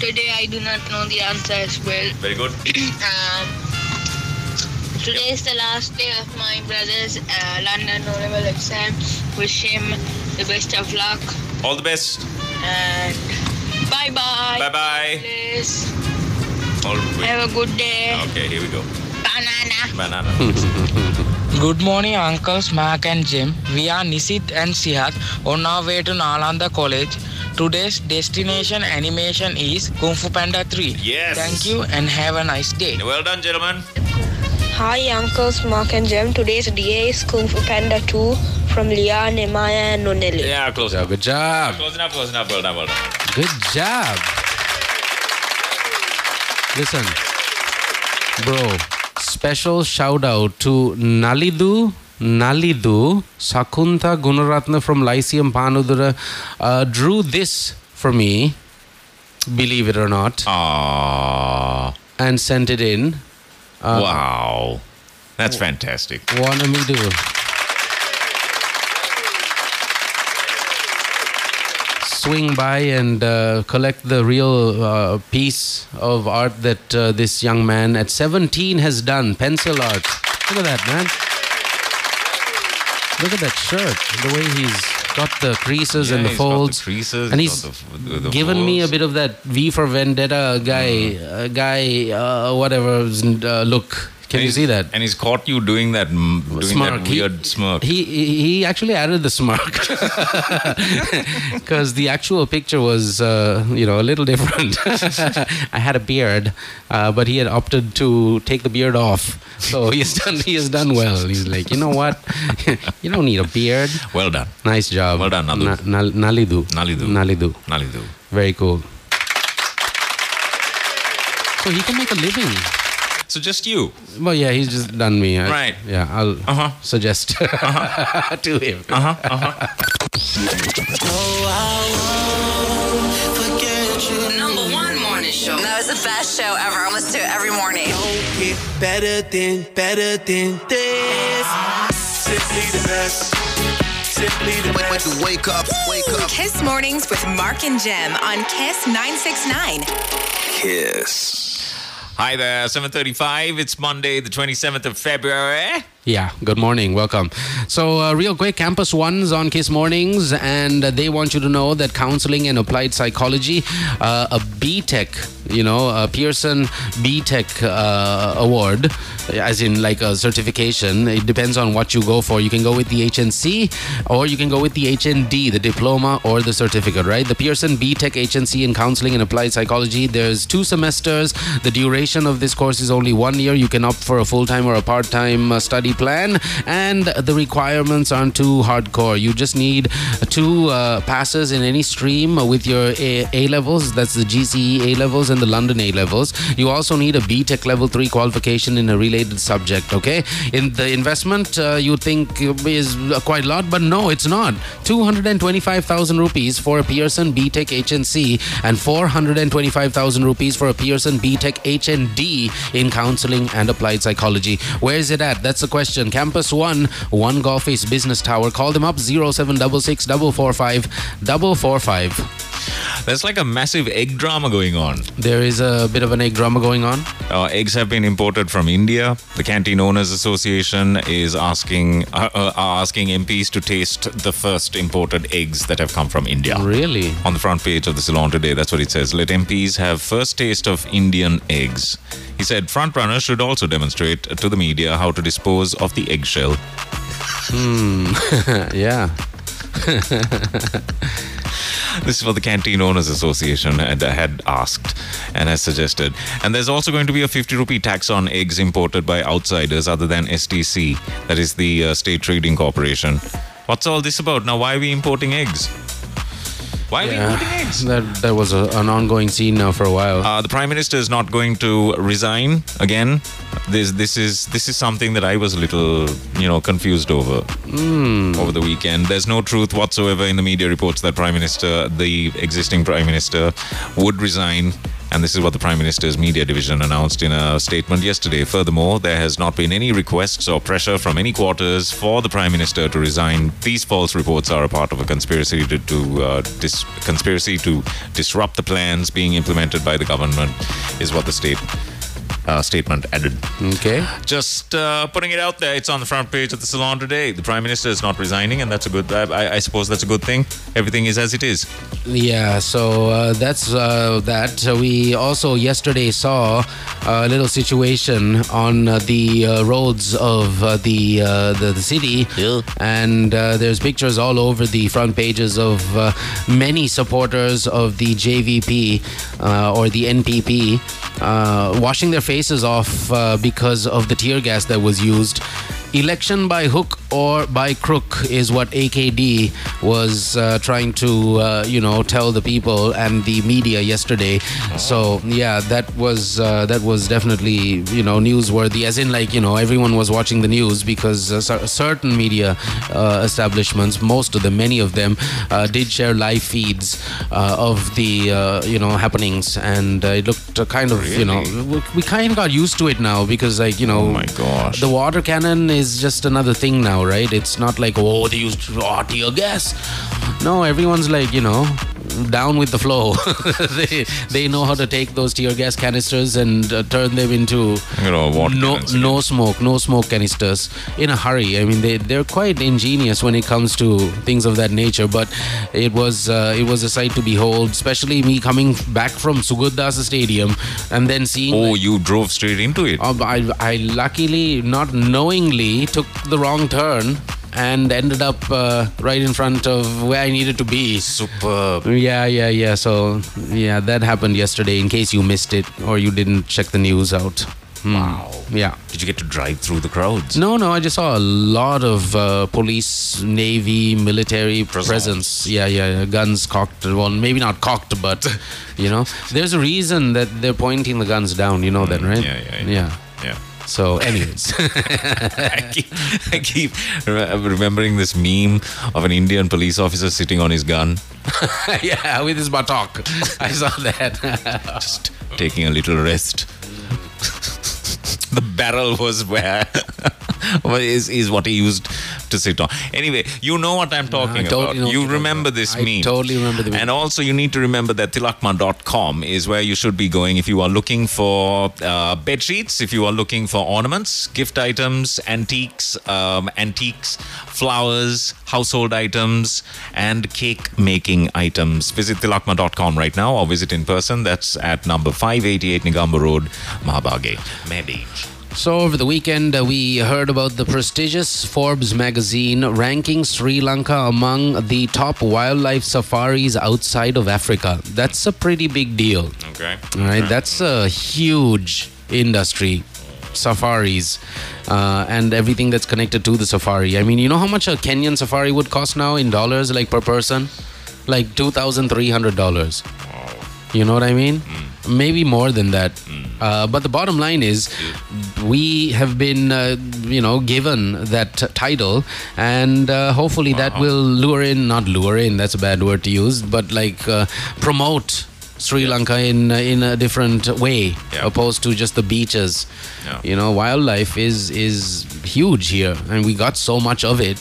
J: Today I do not know the answer as well.
B: Very good.
J: Um, today is the last day of my brother's uh, London O-level exam. Wish him the best of luck
B: All the best.
J: and bye-bye.
B: Bye bye.
J: Please
B: All right.
J: have a good day.
B: Okay, here we go. Hmm.
J: Banana.
B: Banana.
I: Good morning, uncles Mark and Jim. We are Nisit and Sihat on our way to Nalanda College. Today's destination animation is Kung Fu Panda 3.
B: Yes.
I: Thank you and have a nice day.
B: Well done, gentlemen.
K: Hi, uncles Mark and Jim. Today's DA is Kung Fu Panda 2 from Leah, Nemaya, and Noneli.
B: Yeah, close enough.
C: Good job.
B: Close enough, close enough. Well done, well done.
C: Good job. Listen, bro, special shout out to Nalidu. Nalidu, Sakuntha Gunaratna from Lyceum Panudura uh, drew this for me, believe it or not,
B: Aww.
C: and sent it in.
B: wow. That's fantastic.
C: Wanna me do? Swing by and uh, collect the real uh, piece of art that uh, this young man at 17 has done pencil art. Look at that, man. Look at that shirt, the way he's got the creases
B: Yeah,
C: and the
B: he's got the
C: folds.
B: creases,
C: and
B: he's
C: he's
B: got the f- the
C: given me a
B: folds. Mm-hmm.
C: bit of that V for Vendetta guy, uh, guy, uh, whatever uh, look. Can
B: And
C: you
B: he's-
C: see that?
B: And he's caught you doing that, m- doing
C: smirk.
B: that
C: He-
B: weird smirk.
C: He he- he actually added the smirk because the actual picture was uh, you know a little different. I had a beard, uh, but he had opted to take the beard off. So he has done he has done well. He's like you know what, you don't need a beard.
B: well done.
C: Nice job.
B: Well done, Nalu.
C: Na- Nal- Nalidu.
B: Nalidu.
C: Nalidu.
B: Nalidu.
C: Very cool. So he can make a living.
B: So just you.
C: Well, yeah, he's just done me. I-
B: Right.
C: Yeah, I'll
B: Uh-huh.
C: suggest to him.
E: Number one morning show.
A: That was the best show ever. I listen to it every morning.
L: better than, better than this.
G: Simply the best. Simply the best. Wake up, wake up.
A: Kiss Mornings with Mark and Jem on Kiss 969.
G: Kiss.
B: Hi there, 7.35. It's Monday, the 27th of February.
C: Yeah, good morning. Welcome. So, uh, real quick, Campus One's on Kiss Mornings, and they want you to know that counseling and applied psychology, uh, a B Tech, you know, a Pearson B Tech uh, award, as in like a certification. It depends on what you go for. You can go with the HNC or you can go with the HND, the diploma or the certificate, right? The Pearson B Tech HNC in Counseling and Applied Psychology. There's two semesters. The duration of this course is only one year. You can opt for a full time or a part time study plan, and the requirements aren't too hardcore. You just need two uh, passes in any stream with your A, A levels. That's the GCE A levels and the London A levels. You also need a B Tech level three qualification in a related subject. Okay, in the investment uh, you think is quite a lot, but no, it's not. Two hundred and twenty-five thousand rupees for a Pearson B Tech HNC and four hundred and twenty-five thousand rupees for a Pearson B Tech HND in counseling and applied psychology. Where is it at? That's the question. Campus One, One Golf Face Business Tower. Call them up zero seven double six double four five double four five.
B: There's like a massive egg drama going on.
C: There is a bit of an egg drama going on.
B: Uh, eggs have been imported from India. The Canteen Owners Association is asking uh, uh, are asking MPs to taste the first imported eggs that have come from India.
C: Really?
B: On the front page of the Salon today, that's what it says. Let MPs have first taste of Indian eggs. He said front runners should also demonstrate to the media how to dispose of the eggshell.
C: yeah.
B: This is what the Canteen Owners Association had, had asked and has suggested. And there's also going to be a 50 rupee tax on eggs imported by outsiders other than STC, that is the uh, State Trading Corporation. What's all this about? Now, why are we importing eggs? Why are we importing eggs?
C: That that was a, an ongoing scene now for a while.
B: Uh, the prime minister is not going to resign again. This this is this is something that I was a little you know confused over over the weekend. There's no truth whatsoever in the media reports that prime minister, the existing prime minister, would resign. And this is what the Prime Minister's media division announced in a statement yesterday. Furthermore, there has not been any requests or pressure from any quarters for the Prime Minister to resign. These false reports are a part of a conspiracy to, to uh, dis- conspiracy to disrupt the plans being implemented by the government, is what the state uh, statement added.
C: Okay.
B: Just uh, putting it out there. It's on the front page of the Salon today. The Prime Minister is not resigning, and that's a good. I, I- I suppose that's a good thing. Everything is as it is.
C: Yeah, so uh, that's uh, that. So we also yesterday saw a little situation on uh, the uh, roads of uh, the, uh, the the city, and uh, there's pictures all over the front pages of uh, many supporters of the JVP uh, or the NPP uh, washing their faces off uh, because of the tear gas that was used. Election by hook or by crook is what AKD was uh, trying to, uh, you know, tell the people and the media yesterday. So yeah, that was uh, that was definitely you know newsworthy. As in, like you know, everyone was watching the news because uh, cer- certain media uh, establishments, most of them, many of them, uh, did share live feeds uh, of the uh, you know happenings, and uh, it looked uh, kind of you know we- we kind of got used to it now because like you know my
B: gosh
C: the water cannon is just another thing now right it's not like oh they used oh, tear gas no everyone's like you know down with the flow they they know how to take those tear gas canisters and uh, turn them into
B: You know, water
C: no
B: cannons.
C: no smoke no smoke canisters in a hurry i mean they they're quite ingenious when it comes to things of that nature but it was uh, it was a sight to behold especially me coming back from Sugurdasa stadium and then seeing
B: Oh, you drove straight into it.
C: um, I, I luckily, not knowingly, took the wrong turn and ended up uh, right in front of where I needed to be.
B: Superb.
C: Yeah, yeah, yeah. So, yeah, that happened yesterday in case you missed it or you didn't check the news out. Hmm. Yeah.
B: Did you get to drive through the crowds?
C: No, no, I just saw a lot of uh, police, navy, military presence. Yeah, yeah, yeah, guns cocked. Well, maybe not cocked, but you know, there's a reason that they're pointing the guns down. You know that, right?
B: Hmm. yeah, yeah,
C: yeah.
B: Yeah.
C: So, anyways,
B: I keep, I keep re- remembering this meme of an Indian police officer sitting on his gun,
C: yeah, with his buttock, I saw that.
B: just taking a little rest. the barrel was where what is is what he used to sit on. Anyway, you know what I'm talking
C: I totally know
B: about.
C: what
B: You
C: you're talking
B: remember this
C: I
B: meme.
C: totally remember the meme.
B: And also, you need to remember that tilakma.com is where you should be going if you are looking for uh, bed sheets, if you are looking for ornaments, gift items, antiques, um, antiques, flowers, household items, and cake making items. Visit tilakma.com right now or visit in person. That's at number 588 Nigamba Road, Mahabage, Medage.
C: So, over the weekend, uh, we heard about the prestigious Forbes magazine ranking Sri Lanka among the top wildlife safaris outside of Africa. That's a pretty big deal.
B: Okay.
C: All right, that's a huge industry. Safaris uh, and everything that's connected to the safari. I mean, you know how much a Kenyan safari would cost now in dollars, like per person? Like $2,300. You know what I mean? Maybe more than that. Uh, but the bottom line is, we have been, uh, you know, given that t- title, and uh, hopefully that will lure in, not lure in, that's a bad word to use, but like uh, promote. Sri Lanka in uh, in a different way, opposed to just the beaches. You know, wildlife is is huge here, and we got so much of it.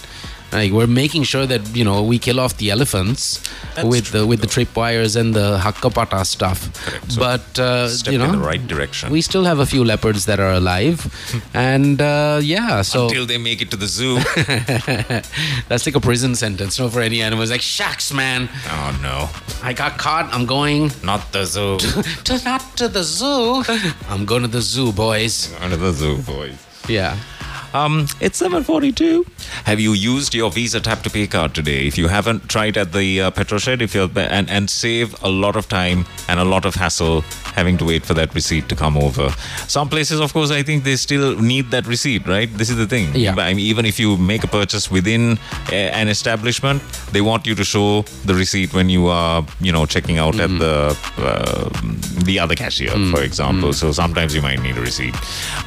C: Like we're making sure that you know we kill off the elephants with the with the tripwires and the hakkapata stuff. but uh,
B: Step
C: you know,
B: in the right direction.
C: we still have a few leopards that are alive, and uh, yeah, so
B: Till they make it to the zoo.
C: that's like a prison sentence. No, for any animals, like shucks, man,
B: oh no,
C: I got caught. I'm going
B: not the zoo.
C: to not to the zoo. I'm going to the zoo, boys.
B: Under the zoo, boys.
C: Yeah.
B: Um, it's 7:42. Have you used your Visa Tap to Pay card today? If you haven't, try it at the uh, petrol shed. If you're and and save a lot of time and a lot of hassle having to wait for that receipt to come over. Some places, of course, I think they still need that receipt, right? This is the thing.
C: Yeah.
B: But I mean, even if you make a purchase within uh, an establishment, they want you to show the receipt when you are, you know, checking out at the uh, the other cashier, for example. So sometimes you might need a receipt.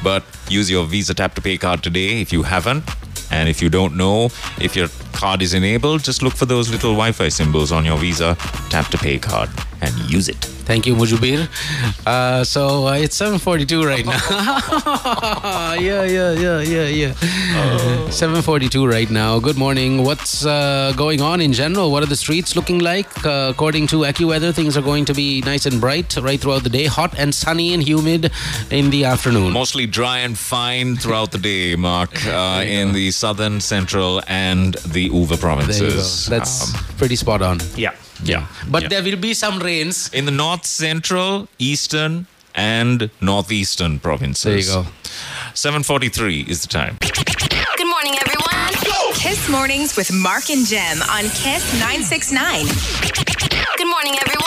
B: But use your Visa Tap to Pay card today if you haven't. And if you don't know, if you're Card is enabled. Just look for those little Wi Fi symbols on your Visa. Tap to pay card and use it.
C: Thank you, Mujubir. Uh, so uh, it's 7:42 right now. yeah, yeah, yeah, yeah, yeah. 7:42 right now. Good morning. What's uh, going on in general? What are the streets looking like? Uh, according to AccuWeather, things are going to be nice and bright right throughout the day. Hot and sunny and humid in the afternoon.
B: Mostly dry and fine throughout the day, Mark, uh, in the southern, central, and the Uva provinces.
C: There you go. That's pretty spot on.
B: Yeah. Yeah.
C: But there will be some rains.
B: In the north central, eastern, and northeastern provinces.
C: There you go.
B: 7:43 is the time.
A: Good morning, everyone. Kiss Mornings with Mark and Jem on Kiss 969. Good morning, everyone.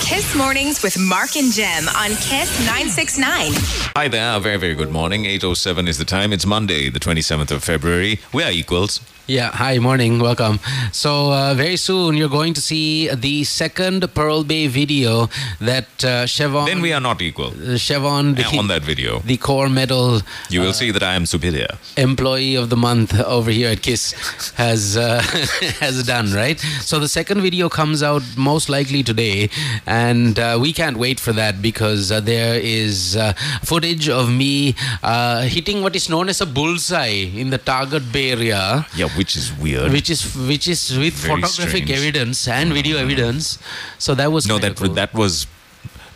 A: Kiss Mornings with Mark and Jem on Kiss 969.
B: Hi there. Very, very good morning. 8:07 is the time. It's Monday, the 27th of February. We are equals.
C: Yeah, hi, morning, welcome. So, uh, very soon you're going to see the second Pearl Bay video that uh, Chevron.
B: Then we are not equal.
C: Uh, Chevron, the,
B: Uh, on that video,
C: the core medal
B: you
C: Uh,
B: will see that I am superior.
C: employee of the month over here at Kiss has uh, has done right. So the second video comes out most likely today, and uh, we can't wait for that because uh, there is uh, footage of me uh, hitting what is known as a bullseye in the target bay area,
B: Yeah, which is weird.
C: which is which is with
B: Very
C: photographic
B: strange.
C: evidence and video evidence. So that was
B: no,
C: kinda
B: that
C: cool,
B: that was.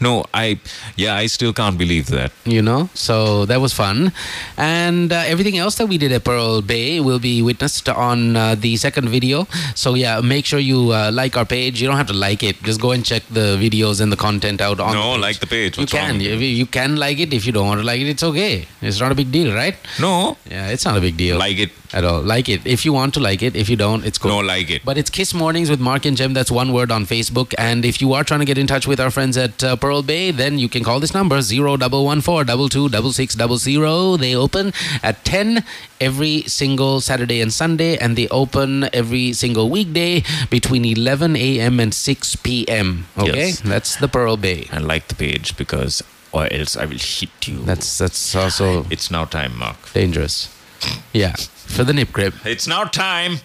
B: No, I. Yeah, I still can't believe that.
C: you know. So that was fun, and uh, everything else that we did at Pearl Bay will be witnessed on uh, the second video. So yeah, make sure you uh, like our page. You don't have to like it. Just go and check the videos and the content out on.
B: no,
C: the page.
B: like the page.
C: you
B: What's wrong
C: can
B: with
C: you,
B: you?
C: you can like it if you don't want to like it. It's okay. It's not a big deal, right?
B: No,
C: Yeah, it's not a big deal
B: like it.
C: at all. Like it if you want to like it. If you don't, it's cool.
B: No, like it.
C: But it's Kiss Mornings with Mark and Jem. That's one word on Facebook. And if you are trying to get in touch with our friends at uh, Pearl Bay, then you can call this number 0114-226600. They open at 10 every single Saturday and Sunday, and they open every single weekday between 11 a.m. and 6 p.m. Okay,
B: Yes.
C: that's the Pearl Bay.
B: And like the page because, or else I will hit you.
C: That's that's also
B: It's now time, Mark.
C: dangerous. Yeah, for the nip grip.
B: It's now time.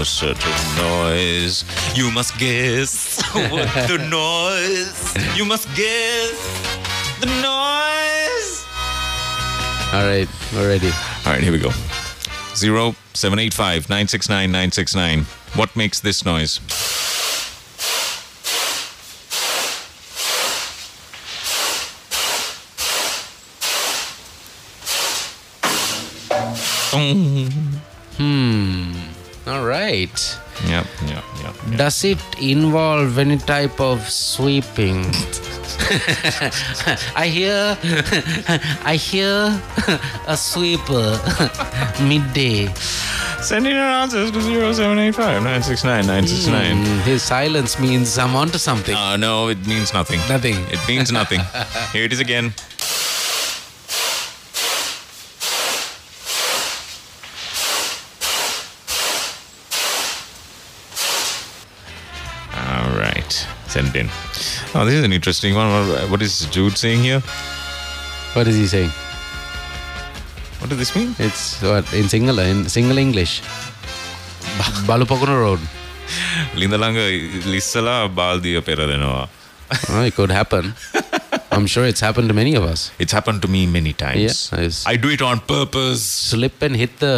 B: A certain uh, noise. You must guess what the noise. You must guess the noise.
C: All right, we're ready.
B: All right, here we go. Zero seven eight five nine six nine nine six nine. What makes this noise? Mm.
C: All right.
B: Yep, yep, yep. yep.
C: Does it involve any type of sweeping? I hear, I hear a sweeper midday.
B: Send in your answers to 0785 969 969.
C: Mm, his silence means I'm onto something.
B: Uh, no, it means nothing.
C: Nothing.
B: It means nothing. Here it is again. All right. Send it in. Oh, this is an interesting one. What- What is Jude saying here?
C: What is he saying?
B: What does this mean?
C: It's what in single in single English. Balupakono Road.
B: ලිඳළඟ ලිස්සලා බාල්දිය පෙරදෙනවා.
C: Oh, it could happen. I'm sure it's happened to many of us.
B: It's happened to me many times.
C: Yeah, it's-
B: I do it on purpose.
C: Slip and hit the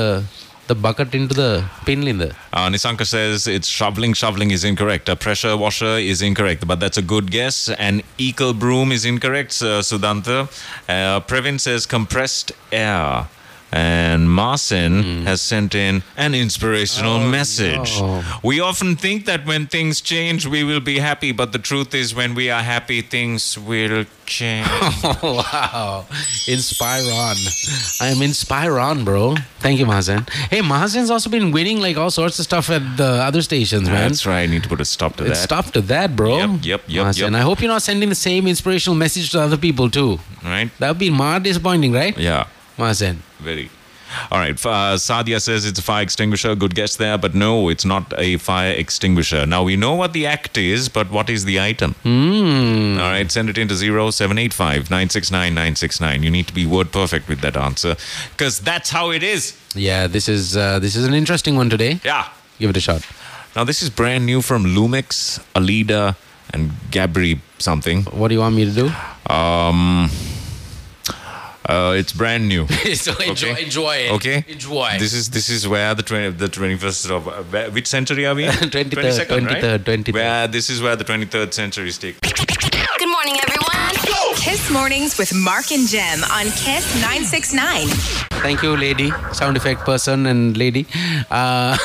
C: the bucket into the pin in the.
B: Uh, Nisanka says it's shoveling. Shoveling is incorrect. A pressure washer is incorrect, but that's a good guess. An eagle broom is incorrect, uh, Sudanta. Uh, Previn says compressed air. And Marcin has sent in an inspirational message.
C: no.
B: We often think that when things change, we will be happy, but the truth is, when we are happy, things will change.
C: wow. Inspiron. I'm Inspiron, bro. Thank you, Mahazen. Hey, Mahazen's also been winning like all sorts of stuff at the other stations, man.
B: that's right. I need to put a stop to
C: It's
B: that.
C: Stop to that, bro.
B: Yep, yep, yep,
C: Mahazen.
B: yep.
C: I hope you're not sending the same inspirational message to other people, too.
B: Right?
C: That would be more disappointing, right?
B: Yeah.
C: Mahazen.
B: Very. All right. Uh, Sadia says it's a fire extinguisher. Good guess there, but no, it's not a fire extinguisher. Now we know what the act is, but what is the item?
C: Hmm.
B: All right. Send it into zero seven eight five nine six nine nine six nine. You need to be word perfect with that answer, because that's how it is.
C: Yeah, this is uh, this is an interesting one today.
B: Yeah.
C: Give it a shot.
B: Now this is brand new from Lumix, Alida, and Gabri something.
C: What do you want me to do?
B: Um, uh, it's brand new.
C: so enjoy, enjoy it.
B: Okay.
C: Enjoy.
B: This is this is where the twenty the twenty first of uh, where- which century are we? in?
C: 23rd,
B: 22nd, right?
C: 23rd, 23rd.
B: Where this is where the twenty third century is taking.
A: Good morning, everyone. Kiss Mornings with Mark and Jem on Kiss 969.
C: Thank you, lady, sound effect person and lady. Uh,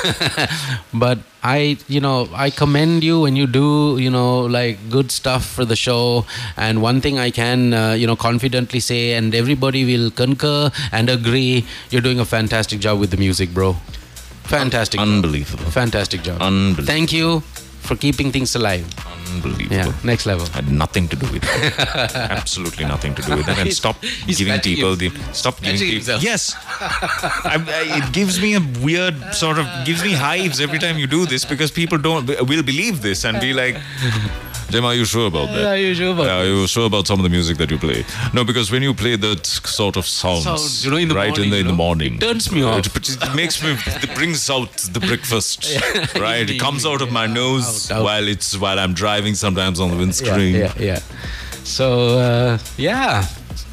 C: but I, you know, I commend you when you do, you know, like good stuff for the show. And one thing I can, uh, you know, confidently say, and everybody will concur and agree, you're doing a fantastic job with the music, bro. Fantastic.
B: Unbelievable.
C: Fantastic job.
B: Unbelievable.
C: Thank you for keeping things alive.
B: Unbelievable.
C: Yeah, next level.
B: Had nothing to do with that. Absolutely nothing to do with that. And
C: He's-
B: stop
C: he's
B: giving
C: patting
B: people the stop giving
C: patting
B: people.
C: himself.
B: Yes, I, I, it gives me a weird sort of gives me hives every time you do this because people don't will believe this and be like. Jim, are you sure about that?
C: Are you sure about
B: Yeah, are you sure about some of the music that you play? No, because when you play that sort of sounds,
C: Sounds, you know, in the
B: right in,
C: morning,
B: the,
C: you
B: in the
C: know?
B: morning,
C: It turns me off.
B: It, but it makes me. It brings out the breakfast,
C: Yeah.
B: right? It comes out of my nose
C: Out, out.
B: while it's while I'm driving. Sometimes on the windscreen.
C: Yeah, yeah. yeah. So uh, yeah,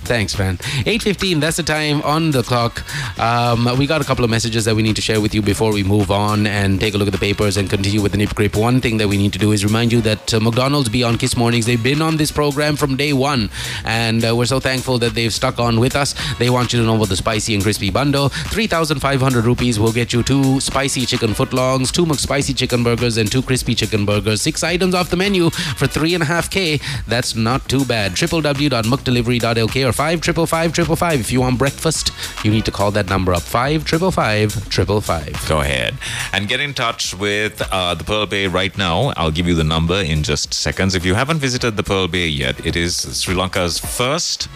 C: thanks, man. Eight fifteen. That's the time on the clock. Um, we got a couple of messages that we need to share with you before we move on and take a look at the papers and continue with the nip grip. One thing that we need to do is remind you that uh, McDonald's be on Kiss Mornings. They've been on this program from day one, and uh, we're so thankful that they've stuck on with us. They want you to know about the spicy and crispy bundle. Three thousand five hundred rupees will get you two spicy chicken footlongs, two McSpicy chicken burgers, and two crispy chicken burgers. Six items off the menu for three and a half k. That's not too bad. www.mukdelivery.lk or five triple five triple five. If you want breakfast, you need to call that number up five triple five triple five.
B: Go ahead and get in touch with uh, the Pearl Bay right now. I'll give you the number in just seconds. If you haven't visited the Pearl Bay yet, it is Sri Lanka's first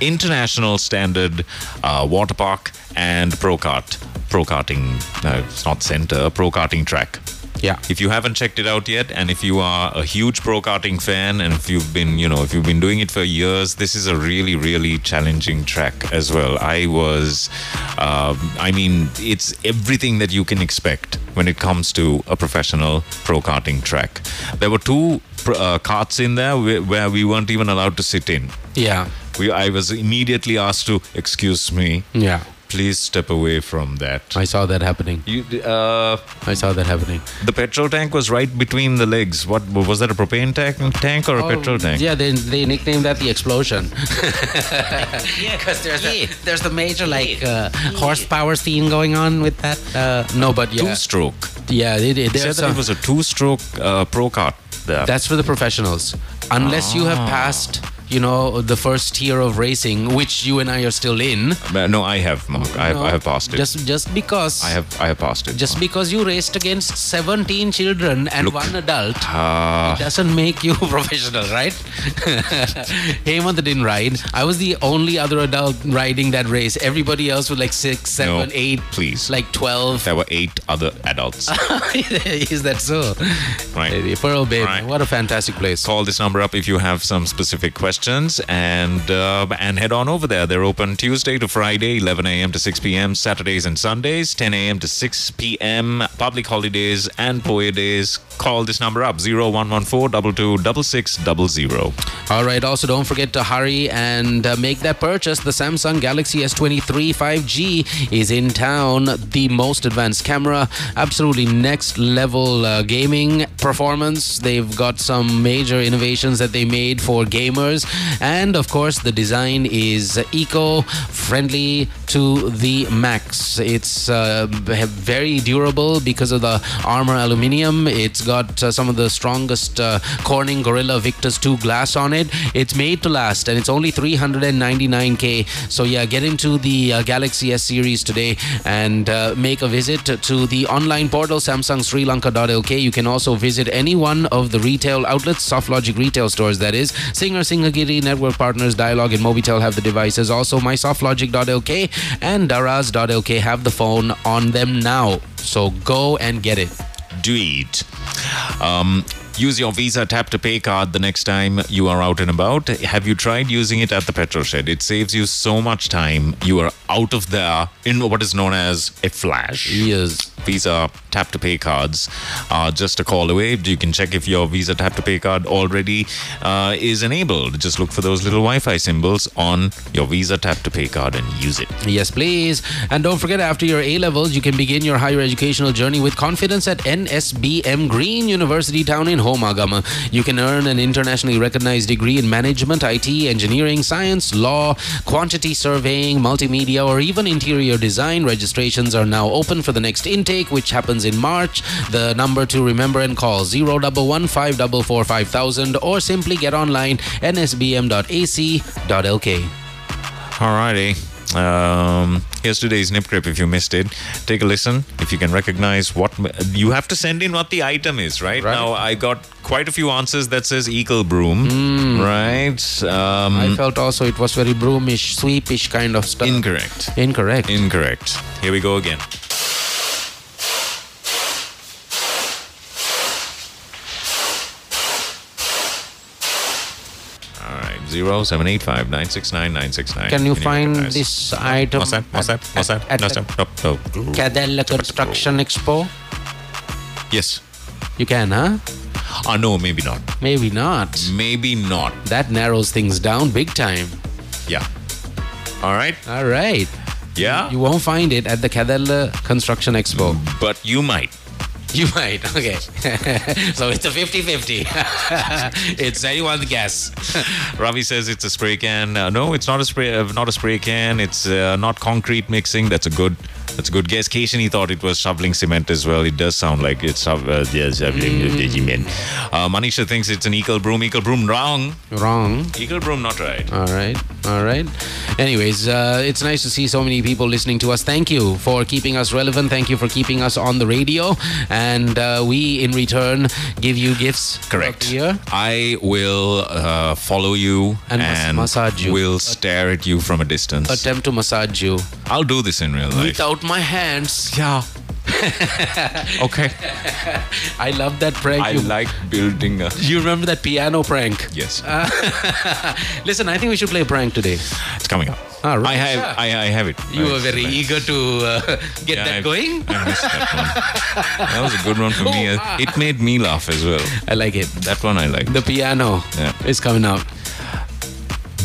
B: international standard uh, water park and pro kart, pro karting. No, it's not center. Pro karting track.
C: Yeah.
B: If you haven't checked it out yet, and if you are a huge pro karting fan, and if you've been, you know, if you've been doing it for years, this is a really, really challenging track as well. I was, um, I mean, it's everything that you can expect when it comes to a professional pro karting track. There were two pr- uh, carts in there where, where we weren't even allowed to sit in.
C: Yeah,
B: We, I was immediately asked to, excuse me,
C: yeah.
B: please step away from that.
C: I saw that happening.
B: You, uh,
C: I saw that happening.
B: the petrol tank was right between the legs. What was that? A propane tank, tank or a petrol tank?
C: Oh, Yeah, they, they nicknamed that the explosion. because there's a- there's the major like uh, horsepower scene going on with that. Uh, no, but yeah,
B: Two-stroke.
C: yeah, they, they,
B: It said
C: there's
B: that
C: a-
B: it was a two-stroke uh, pro kart. There.
C: That's for the professionals. Unless you have
B: Ah.
C: passed, you know, the first tier of racing, which you and I are still in.
B: no, I have, Mark. I have,
C: No,
B: I have passed it.
C: Just just because
B: I have, I have passed it.
C: just because you raced against 17 children and
B: Look.
C: one adult
B: Ah.
C: doesn't make you professional, right? Hemant didn't ride. I was the only other adult riding that race. Everybody else was like six, seven,
B: No,
C: eight,
B: please.
C: like 12.
B: there were eight other adults.
C: Is that so?
B: Right.
C: Pearl Bay, man, what a fantastic place.
B: Call this number up if you have some specific questions, and uh, and head on over there. They're open Tuesday to Friday, 11 a.m. to 6 p.m. Saturdays and Sundays, 10 a.m. to 6 p.m. Public holidays and POA days. Call this number up 0114 226600.
C: All right. Also, don't forget to hurry and uh, make that purchase. The Samsung Galaxy S23 5G is in town. The most advanced camera, absolutely next level uh, gaming performance. They've got some major innovations that they made for gamers, and of course, the design is eco-friendly to the max. It's uh, b- very durable because of the armor aluminium. It's got uh, some of the strongest uh, Corning Gorilla Victus 2 glass on it. It's made to last and it's only 399k. So, yeah, get into the uh, Galaxy S series today and uh, make a visit to the online portal Samsung Sri Lanka.lk. You can also visit any one of the retail outlets, Softlogic retail stores, that is, Singer, Singer Nilgiri network partners Dialog and Mobitel have the devices. Also, mysoftlogic.lk and daraz.lk have the phone on them now. So go and get it.
B: Do it. Um, use your Visa tap to pay card the next time you are out and about. Have you tried using it at the petrol shed? It saves you so much time. You are out of there in what is known as a flash.
C: Yes.
B: Visa tap to pay cards are just a call away. You can check if your Visa tap to pay card already uh, is enabled. Just look for those little Wi Fi symbols on your Visa tap to pay card and use it.
C: Yes, please. And don't forget, after your A levels, you can begin your higher educational journey with confidence at NSBM Green University Town in Homagama. You can earn an internationally recognized degree in management, IT, engineering, science, law, quantity surveying, multimedia, or even interior design. Registrations are now open for the next intake, which happens in March. The number to remember and call 011 or simply get online nsbm.ac.lk.
B: Alrighty. Um, here's today's nip grip. If you missed it, take a listen. If you can recognize what you have to send in, what the item is. Right,
C: Right.
B: now, I got quite a few answers that says eagle broom. Right. Um,
C: I felt also it was very broomish, sweepish kind of stuff.
B: Incorrect.
C: Incorrect.
B: Incorrect. Here we go again. All right. Zero seven eight five nine six nine nine six nine.
C: Can you find this item?
B: What's that? What's that? What's that?
C: at
B: no,
C: the-
B: stop. No, no.
C: Cadella Construction Expo?
B: Yes.
C: You can, huh?
B: Ah, no, maybe not.
C: Maybe not.
B: Maybe not.
C: That narrows things down big time.
B: Yeah. All right.
C: All right.
B: Yeah.
C: You won't find it at the Cadella Construction Expo.
B: But you might.
C: You might. Okay. so it's a 50 50. it's anyone's guess.
B: Ravi says it's a spray can. Uh, no, it's not a spray. Uh, not a spray can. It's uh, not concrete mixing. That's a good. That's a good guess. Keishani thought it was shoveling cement as well. It does sound like it's shov- uh, yeah, shoveling the cement. Uh, Manisha thinks it's an equal broom. Equal broom wrong.
C: Wrong.
B: Equal broom not right.
C: All right. All right. Anyways, uh, it's nice to see so many people listening to us. Thank you for keeping us relevant. Thank you for keeping us on the radio. And uh, we, in return, give you gifts. Correct.
B: I will uh, follow you
C: And mas- massage you. uh,
B: Will stare at you from a distance.
C: Attempt to massage you.
B: I'll do this in real life.
C: Without my hands.
B: Yeah. okay.
C: I love that prank.
B: I
C: you-
B: like building a.
C: you remember that piano prank?
B: Yes.
C: Uh, Listen, I think we should play a prank today.
B: It's coming up.
C: All
B: I
C: right.
B: have. I, I have it.
C: You
B: I-
C: were very eager to uh, get
B: Yeah,
C: that
B: I've-
C: going. Oh,
B: That was a good one for me. It made me laugh as well.
C: I like it.
B: That one I like.
C: The piano
B: Yeah.
C: is coming out.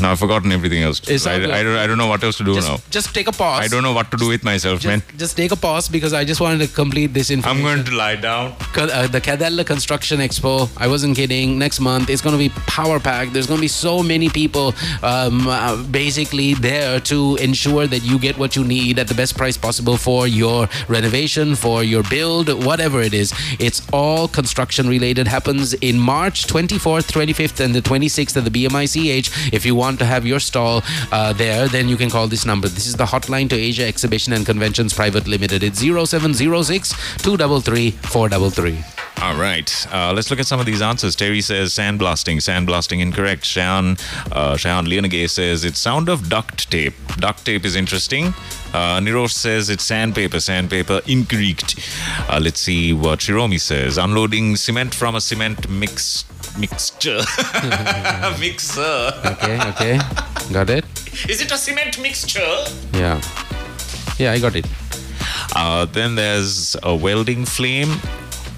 B: Now I've forgotten everything else.
C: It's
B: I,
C: all good.
B: I don't, I don't know what else to do
C: Just,
B: now.
C: just take a pause.
B: I don't know what to do with myself, man.
C: Just take a pause because I just wanted to complete this information.
B: I'm going to lie down.
C: Co- uh, the Cadella Construction Expo. I wasn't kidding. Next month, it's going to be power packed. There's going to be so many people um, uh, basically there to ensure that you get what you need at the best price possible for your renovation, for your build, whatever it is. It's all construction related. Happens in March 24th, 25th, and the 26th at the BMICH. If you want to have your stall uh, there, then you can call this number. This is the hotline to Asia Exhibition and Conventions Private Limited. It's 0706 233 433.
B: All right. Uh, let's look at some of these answers. Terry says sandblasting. Sandblasting incorrect. Sean, uh, Sean Leonagay says it's sound of duct tape. Duct tape is interesting. Uh, Nirosh says it's sandpaper. Sandpaper incorrect. Uh, let's see what Shiromi says. Unloading cement from a cement mix mixture. Mixer.
C: Okay, okay. Got it?
B: Is it a cement mixture?
C: Yeah. Yeah, I got it.
B: Uh, then there's a welding flame,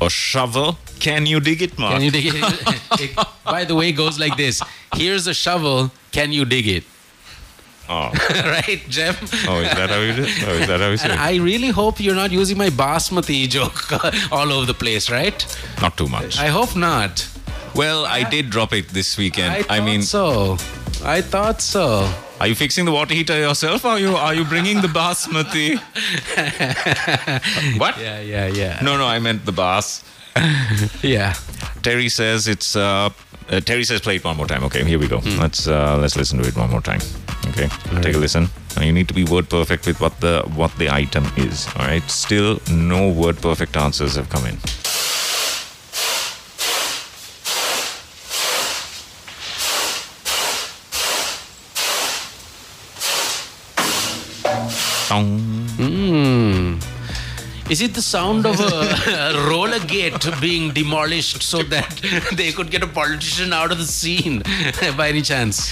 B: a shovel. Can you dig it, Mark?
C: Can you dig it? it by the way, goes like this Here's a shovel. Can you dig it?
B: Oh.
C: right, Jeff?
B: Oh, is that how you do it? Oh, is that how you say
C: And
B: it?
C: I really hope you're not using my basmati joke all over the place, right?
B: Not too much.
C: I hope not.
B: Well, I did drop it this weekend.
C: I,
B: I,
C: thought
B: mean,
C: so. I thought so.
B: are you fixing the water heater yourself? Or are you are you bringing the basmati? what?
C: Yeah, yeah, yeah.
B: No, no, I meant the bas.
C: Yeah.
B: Terry says it's. Uh, uh, Terry says play it one more time. Okay, here we go. Let's uh, let's listen to it one more time. Okay, take a listen. Now you need to be word perfect with what the what the item is. All right. Still no word perfect answers have come in.
C: Mm. Is it the sound of a, a roller gate being demolished so that they could get a politician out of the scene by any chance?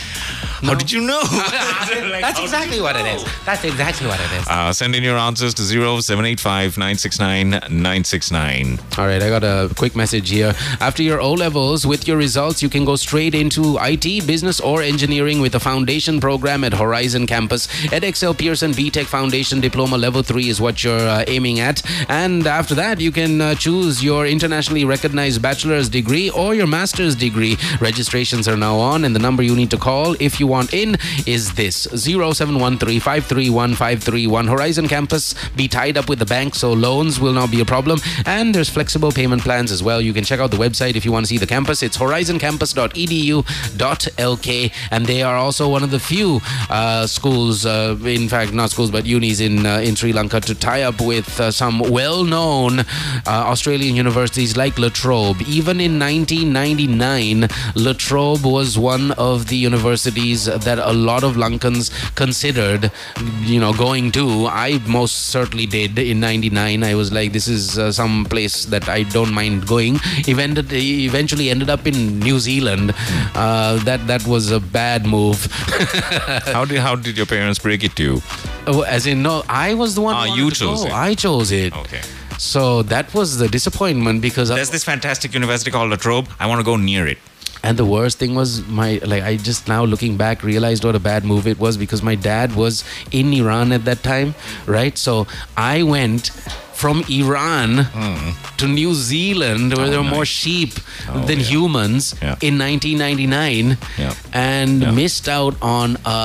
B: How did you know?
C: That's exactly what it is. That's exactly what it is.
B: Uh, send in your answers to 785 969 969.
C: All right, I got a quick message here. After your O levels, with your results, you can go straight into IT, business, or engineering with a foundation program at Horizon Campus. EdXL Pearson BTech Foundation Diploma Level 3 is what you're uh, aiming at. And after that, you can uh, choose your internationally recognized bachelor's degree or your master's degree. Registrations are now on, and the number you need to call if you want in is this 0713531531. Horizon Campus be tied up with the bank, so loans will not be a problem. And there's flexible payment plans as well. You can check out the website if you want to see the campus. It's horizoncampus.edu.lk, and they are also one of the few uh, schools, uh, in fact, not schools, but unis in uh, in Sri Lanka to tie up with uh, some well-known uh, Australian universities like La Trobe. Even in 1999, La Trobe was one of the universities that a lot of Lankans considered, you know, going to. I most certainly did in 99. I was like, this is uh, some place that I don't mind going. Evented, eventually ended up in New Zealand. Uh, that that was a bad move.
B: How did, how did your parents break it to you?
C: Oh, As in, no, I was the one. who
B: Ah,
C: wanted
B: you
C: to
B: chose
C: go.
B: it.
C: I chose it.
B: Okay.
C: So that was the disappointment because I,
B: There's this fantastic university called La Trobe. I want to go near it.
C: and the worst thing was my like I just now looking back realized what a bad move it was because my dad was in Iran at that time, right? So I went from Iran
B: Hmm.
C: to New Zealand where there
B: Oh,
C: were more sheep than humans in 1999
B: Yeah.
C: and missed out on a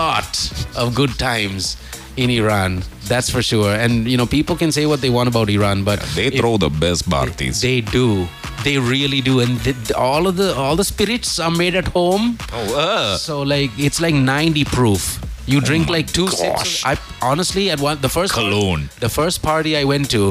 C: lot of good times in Iran. That's for sure. And you know, people can say what they want about Iran, but
B: They
C: if-
B: throw the best parties.
C: they do. They really do, and th- th- all of the all the spirits are made at home.
B: Oh, uh. Oh
C: So like it's like ninety proof. You drink like two sips. of- I honestly at one the first
B: Cologne.
C: the first party I went to,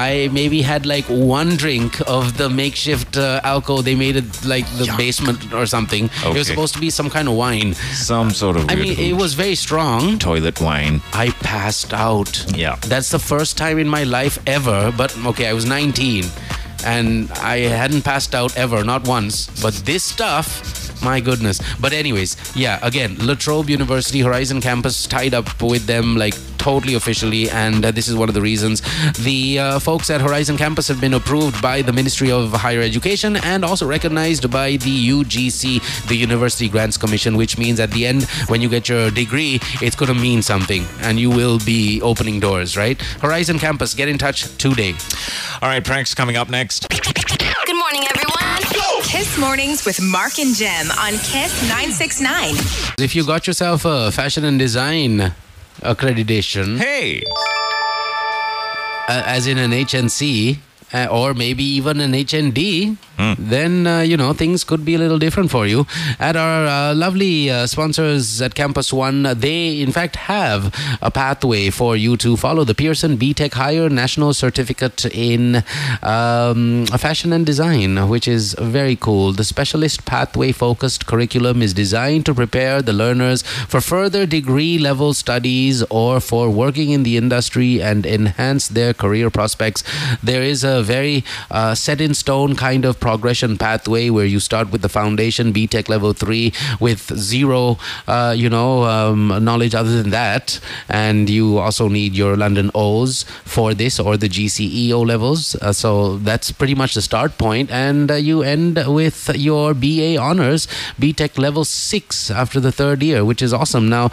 C: I maybe had like one drink of the makeshift uh, alcohol they made it like the basement or something. It
B: Okay.
C: was supposed to be some kind of wine.
B: Some sort of
C: I
B: weird
C: mean, it
B: hooch.
C: was very strong.
B: toilet wine.
C: I passed out.
B: Yeah.
C: That's the first time in my life ever, but okay, I was 19 and I hadn't passed out ever, not once. But this stuff, my goodness. But, anyways, yeah, again, La Trobe University Horizon campus tied up with them like totally officially, and uh, this is one of the reasons. The uh, folks at Horizon Campus have been approved by the Ministry of Higher Education and also recognized by the UGC, the University Grants Commission, which means at the end, when you get your degree, it's going to mean something and you will be opening doors, right? Horizon Campus, get in touch today.
B: All right, pranks coming up next.
A: Good morning, everyone. Kiss Mornings with Mark and Jem on Kiss 969.
C: If you got yourself a fashion and design accreditation,
B: hey,
C: uh, as in an HNC uh, or maybe even an HND, then uh, you know things could be a little different for you. At our uh, lovely uh, sponsors at Campus One, uh, they in fact have a pathway for you to follow the Pearson BTech Higher National Certificate in um, Fashion and Design, which is very cool. The specialist pathway focused curriculum is designed to prepare the learners for further degree level studies or for working in the industry and enhance their career prospects. There is a very uh, set in stone kind of progression pathway where you start with the foundation BTech level three with zero, uh, you know, um, knowledge other than that, and you also need your London O's for this or the GCEO levels. Uh, so that's pretty much the start point, and uh, you end with your BA honors BTech level six after the third year, which is awesome. Now,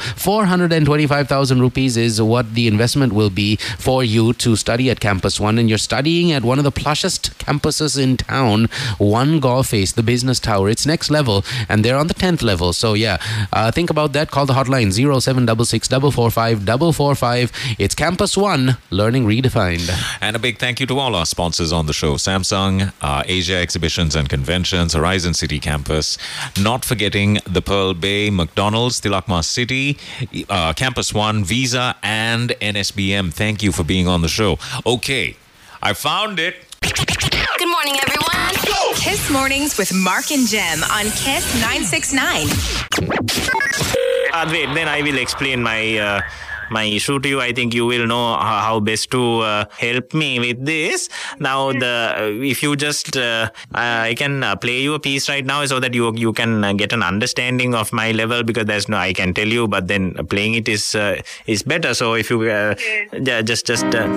C: 425,000 rupees is what the investment will be for you to study at Campus One, and you're studying at one of the plushest campuses in town, One Golf Face, the business tower. It's next level, and they're on the 10th level. So, yeah, uh, think about that. Call the hotline 0766 445 445. It's Campus One, learning redefined.
B: And a big thank you to all our sponsors on the show Samsung, uh, Asia Exhibitions and Conventions, Horizon City Campus, not forgetting the Pearl Bay, McDonald's, Tilakma City, uh, Campus One, Visa, and NSBM. Thank you for being on the show. Okay, I found it.
A: Good morning, everyone. Kiss Mornings with Mark and Jem on Kiss 969.
M: Advait, then I will explain my uh, my issue to you. I think you will know how, how best to uh, help me with this. Now, the if you just uh, I can uh, play you a piece right now so that you you can uh, get an understanding of my level because there's no I can tell you, but then playing it is uh, is better. So if you uh, yeah, just just. Uh,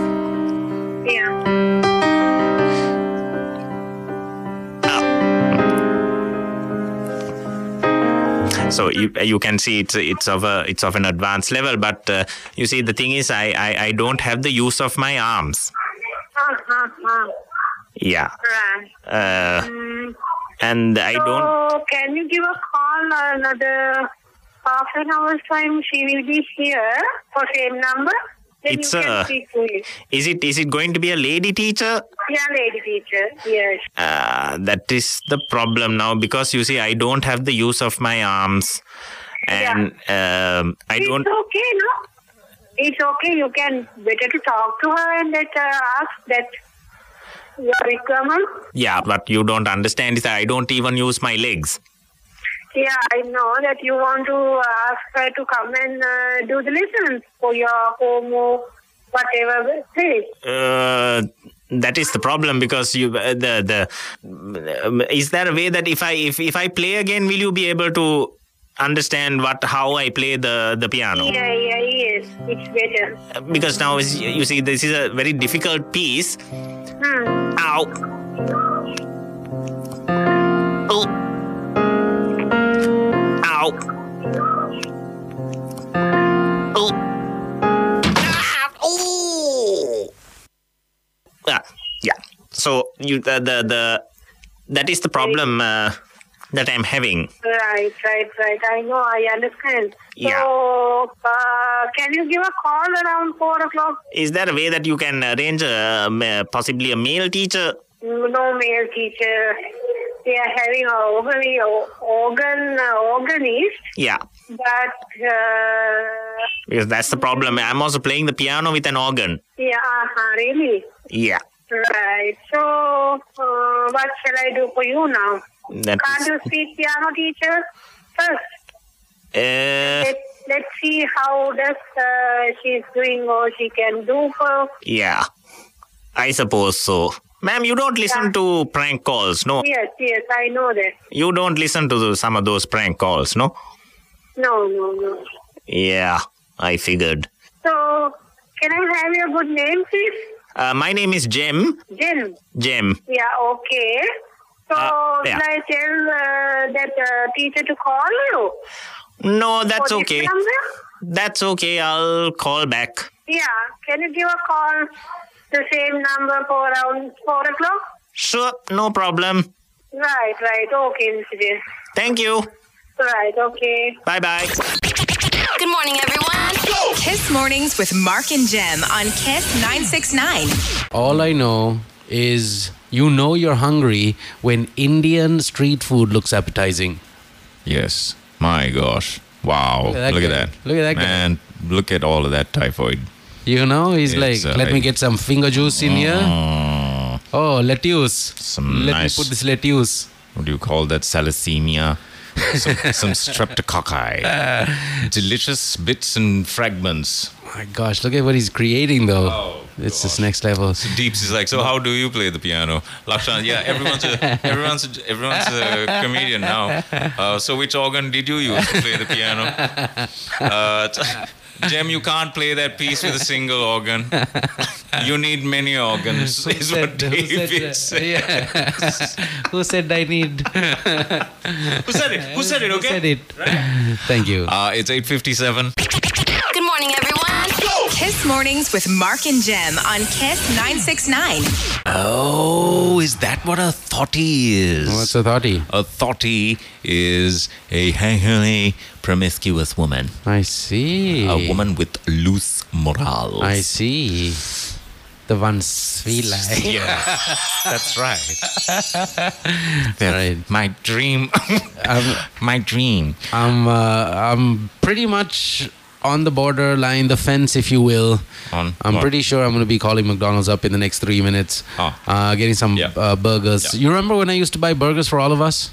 M: so you, you can see it's it's of a it's of an advanced level but uh, you see the thing is I, I i don't have the use of my arms yeah
N: Right.
M: uh, and i don't
N: So, can you give a call another half an hour's time? She will be here for same number. Then
M: It's uh,
N: you
M: a-
N: can speak to you.
M: is it is it going to be a lady teacher
N: Yeah, lady teacher. Yes.
M: uh, that is the problem now because you see i don't have the use of my arms and um, i
N: it's
M: don't
N: okay, no? It's okay. You can better to talk to her and let her ask that your requirement.
M: yeah but you don't understand is that i don't even use my legs
N: Yeah, I know that you want to ask her to come and uh, do the lessons for your home or whatever place.
M: Uh, that is the problem because you uh, the the um, is there a way that if I if if I play again, will you be able to understand what how I play the the piano?
N: Yeah, yeah, yes. It's better.
M: Because now is you see this is a very difficult piece.
N: Hmm.
M: Ow. Oh. Ow. Oh. Ah, oh. Ah, yeah. So you the the, the that is the problem uh, that I'm having.
N: Right, right, right. I know. I understand.
M: Yeah.
N: So, uh, can you give a call around four o'clock?
M: Is there a way that you can arrange a, um, uh, possibly a male teacher?
N: No, male teacher. We are having a organ, organ organist,
M: Yeah,
N: but uh,
M: because that's the problem. I'm also playing the piano with an organ.
N: yeah, uh-huh, really.
M: Yeah.
N: Right. So, uh, what shall I do for you now?
M: That
N: Can't you speak piano teacher first?
M: Uh,
N: Let, let's see how does uh, she's doing or she can do for.
M: yeah, I suppose so. Ma'am, you don't listen to prank calls, no?
N: Yes, yes, I know that.
M: You don't listen to those, some of those prank calls, no?
N: No, no, no.
M: Yeah, I figured.
N: So, can I have your good name, please?
M: Uh, my name is Jem.
N: Jen.
M: Jem.
N: Yeah, okay. So,
M: Uh, yeah.
N: will I tell uh, that uh, teacher to call you?
M: No, that's
N: For this
M: okay.
N: number?
M: That's okay. I'll call back.
N: Yeah, can you give a call the same number for around 4 o'clock?
M: Sure, no problem.
N: Right, right. Okay, Mr. Jen.
M: Thank you.
N: Right, okay.
M: Bye bye.
A: Good morning, everyone. Kiss Mornings with Mark and Jem on Kiss 969.
C: All I know is you know you're hungry when Indian street food looks appetizing.
B: Yes. My gosh. Wow.
C: Look at that
B: Look at
C: guy.
B: that.
C: Look at that guy.
B: Man, look at all of that typhoid.
C: You know, he's
B: It's,
C: like,
B: uh, Uh-huh.
C: let me get some finger juice in here. Oh, lettuce.
B: Some
C: let
B: nice-
C: me put this lettuce.
B: What do you call that? Salicemia. some, some streptococci. Delicious bits and fragments.
C: My gosh, look at what he's creating though.
B: Oh,
C: it's just next level.
B: Deeps is like, so how do you play the piano? Lakshan, yeah, everyone's a, everyone's a, everyone's a comedian now. Uh, so which organ did you use to play the piano? Uh, t- Jem, you can't play that piece with a single organ. You need many organs, is what David said.
C: Who said I need?
B: Who said it? Who said it? Okay.
C: said it? Thank you.
B: Uh, it's 8.57.
A: Good morning, everyone. Kiss Mornings with Mark and Jem on Kiss 969.
B: Oh, is that what a thotty is?
C: What's a thotty?
B: A thotty is a hangily promiscuous woman.
C: I see.
B: A woman with loose morals.
C: Eh. I see. The ones we like.
B: Yeah, that's right. That's My dream.
C: Um,
B: my dream.
C: I'm uh, I'm pretty much on the borderline, the fence, if you will.
B: On what?
C: I'm
B: Ah.
C: pretty sure I'm going to be calling McDonald's up in the next three minutes. Uh, getting some uh, burgers. You remember when I used to buy burgers for all of us?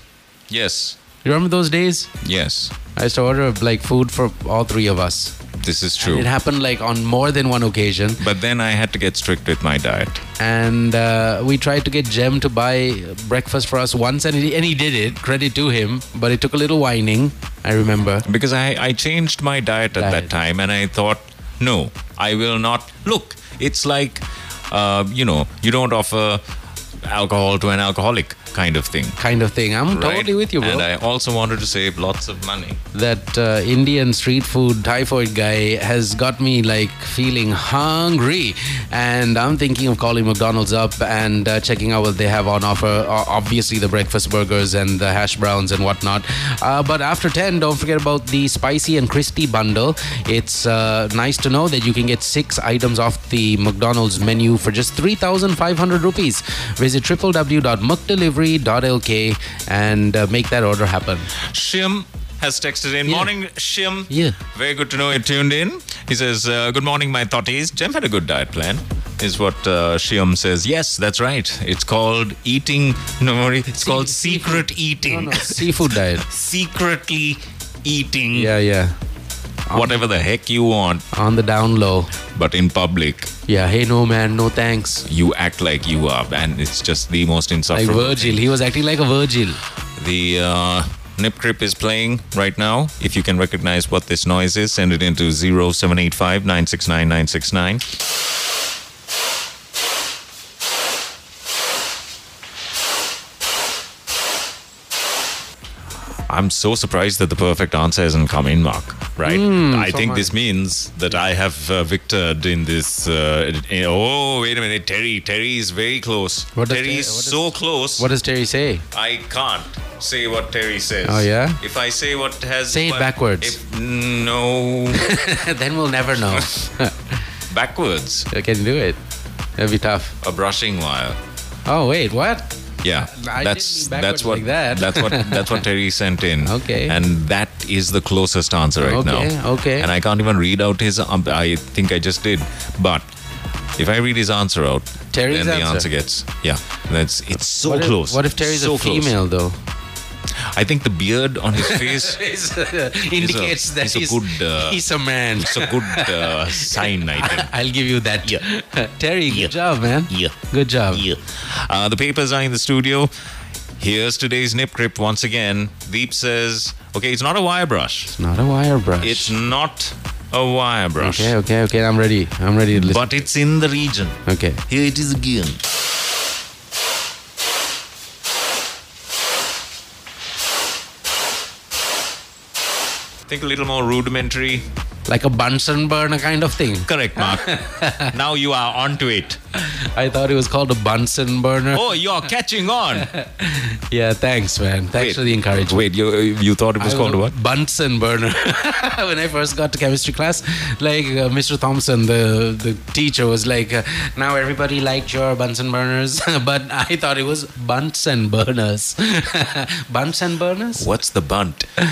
B: Yes.
C: You remember those days?
B: Yes.
C: I used to order like food for all three of us.
B: This is true.
C: It happened like on more than one occasion.
B: But then I had to get strict with my diet.
C: and uh, we tried to get Jem to buy breakfast for us once, and he, and he did it. Credit to him, but it took a little whining. I remember
B: because I I changed my diet at that time, and I thought, no, I will not. Look, it's like, uh, you know, you don't offer alcohol to an alcoholic kind of thing.
C: Kind of thing. I'm totally with you, bro.
B: And I also wanted to save lots of money.
C: that uh, Indian street food typhoid guy has got me like feeling hungry, and I'm thinking of calling McDonald's up and uh, checking out what they have on offer. O- Obviously, the breakfast burgers and the hash browns and whatnot. Uh, but after ten, don't forget about the spicy and crispy bundle. It's uh, nice to know that you can get six items off the McDonald's menu for just three thousand five hundred rupees. Visit www.mcdelivery.lk and uh, make that order happen.
B: Shim has texted in. Morning, Shim.
C: Yeah.
B: Very good to know you tuned in. He says, uh, Good morning, my thotties. Jem had a good diet plan, is what uh, Shim says. Yes, that's right. It's called eating. No, Maury, it's called secret eating.
C: seafood diet.
B: Secretly eating.
C: Yeah, yeah.
B: Whatever the heck you want.
C: On the down low.
B: But in public,
C: Yeah, hey, no, man, no thanks.
B: you act like you are, and it's just the most
C: Like
B: insufferable.
C: Virgil, he was acting like a Virgil.
B: The uh, Nip Crip is playing right now. If you can recognize what this noise is, send it into 0785 969 969. I'm so surprised that the perfect answer hasn't come in, Mark. Right?
C: Hmm,
O: Mm,
B: I
O: so
B: think
O: am I.
B: this means that I have uh, victored in this. Uh, in- oh, wait a minute. Terry. Terry is very close.
C: What does
B: Terry
C: Ter-
B: is
C: what does-
B: so close.
C: What does Terry say?
B: I can't say what Terry says.
C: Oh, yeah?
B: If I say what has
C: Say it
B: what-
C: backwards.
B: If, mm, no.
C: then we'll never know.
B: backwards.
C: I can do it. That'd be tough.
B: A brushing wire.
C: Oh wait, what?
B: Yeah, that's
C: I didn't mean
B: that's
C: backwards
B: what
C: like that.
B: that's what that's what Terry sent in.
C: Okay.
B: and that is the closest answer right
C: Okay,
B: now.
C: okay.
B: and I can't even read out his. Um, I think I just did, but if I read his answer out,
C: Terry's
B: then the
C: answer.
B: answer gets yeah. That's it's so
C: what
B: close.
C: If, what if Terry's
B: So
C: a
B: close.
C: female
B: I think the beard on his face
C: though?
B: is a-
C: Indicates that
B: is
C: he's,
B: a good. Uh,
C: he's a man.
B: it's a good uh, sign, I think.
C: I'll give you that. Terry, good job, man.
B: Yeah.
C: Good job.
B: Yeah. Uh, the papers are in the studio. Here's today's nip grip once again. Deep says, okay, it's not a wire brush.
C: It's not a wire brush.
B: It's not a wire brush.
C: Okay, okay, okay. I'm ready. I'm ready to listen.
B: But it's in the region.
C: Okay.
B: Here it is again. Think a little more rudimentary.
C: Like a Bunsen burner kind of thing.
B: Correct, Mark. now you are onto it.
C: I thought it was called a Bunsen burner.
B: Oh, you're catching on.
C: Yeah, thanks, man. Thanks for the encouragement.
B: Wait, you you thought it was
C: I
B: called what?
C: Bunsen burner. when I first got to chemistry class, like uh, Mr. Thompson, the the teacher was like, uh, "Now everybody liked your Bunsen burners," but I thought it was Bunsen burners. Bunsen burners.
B: What's the bunt?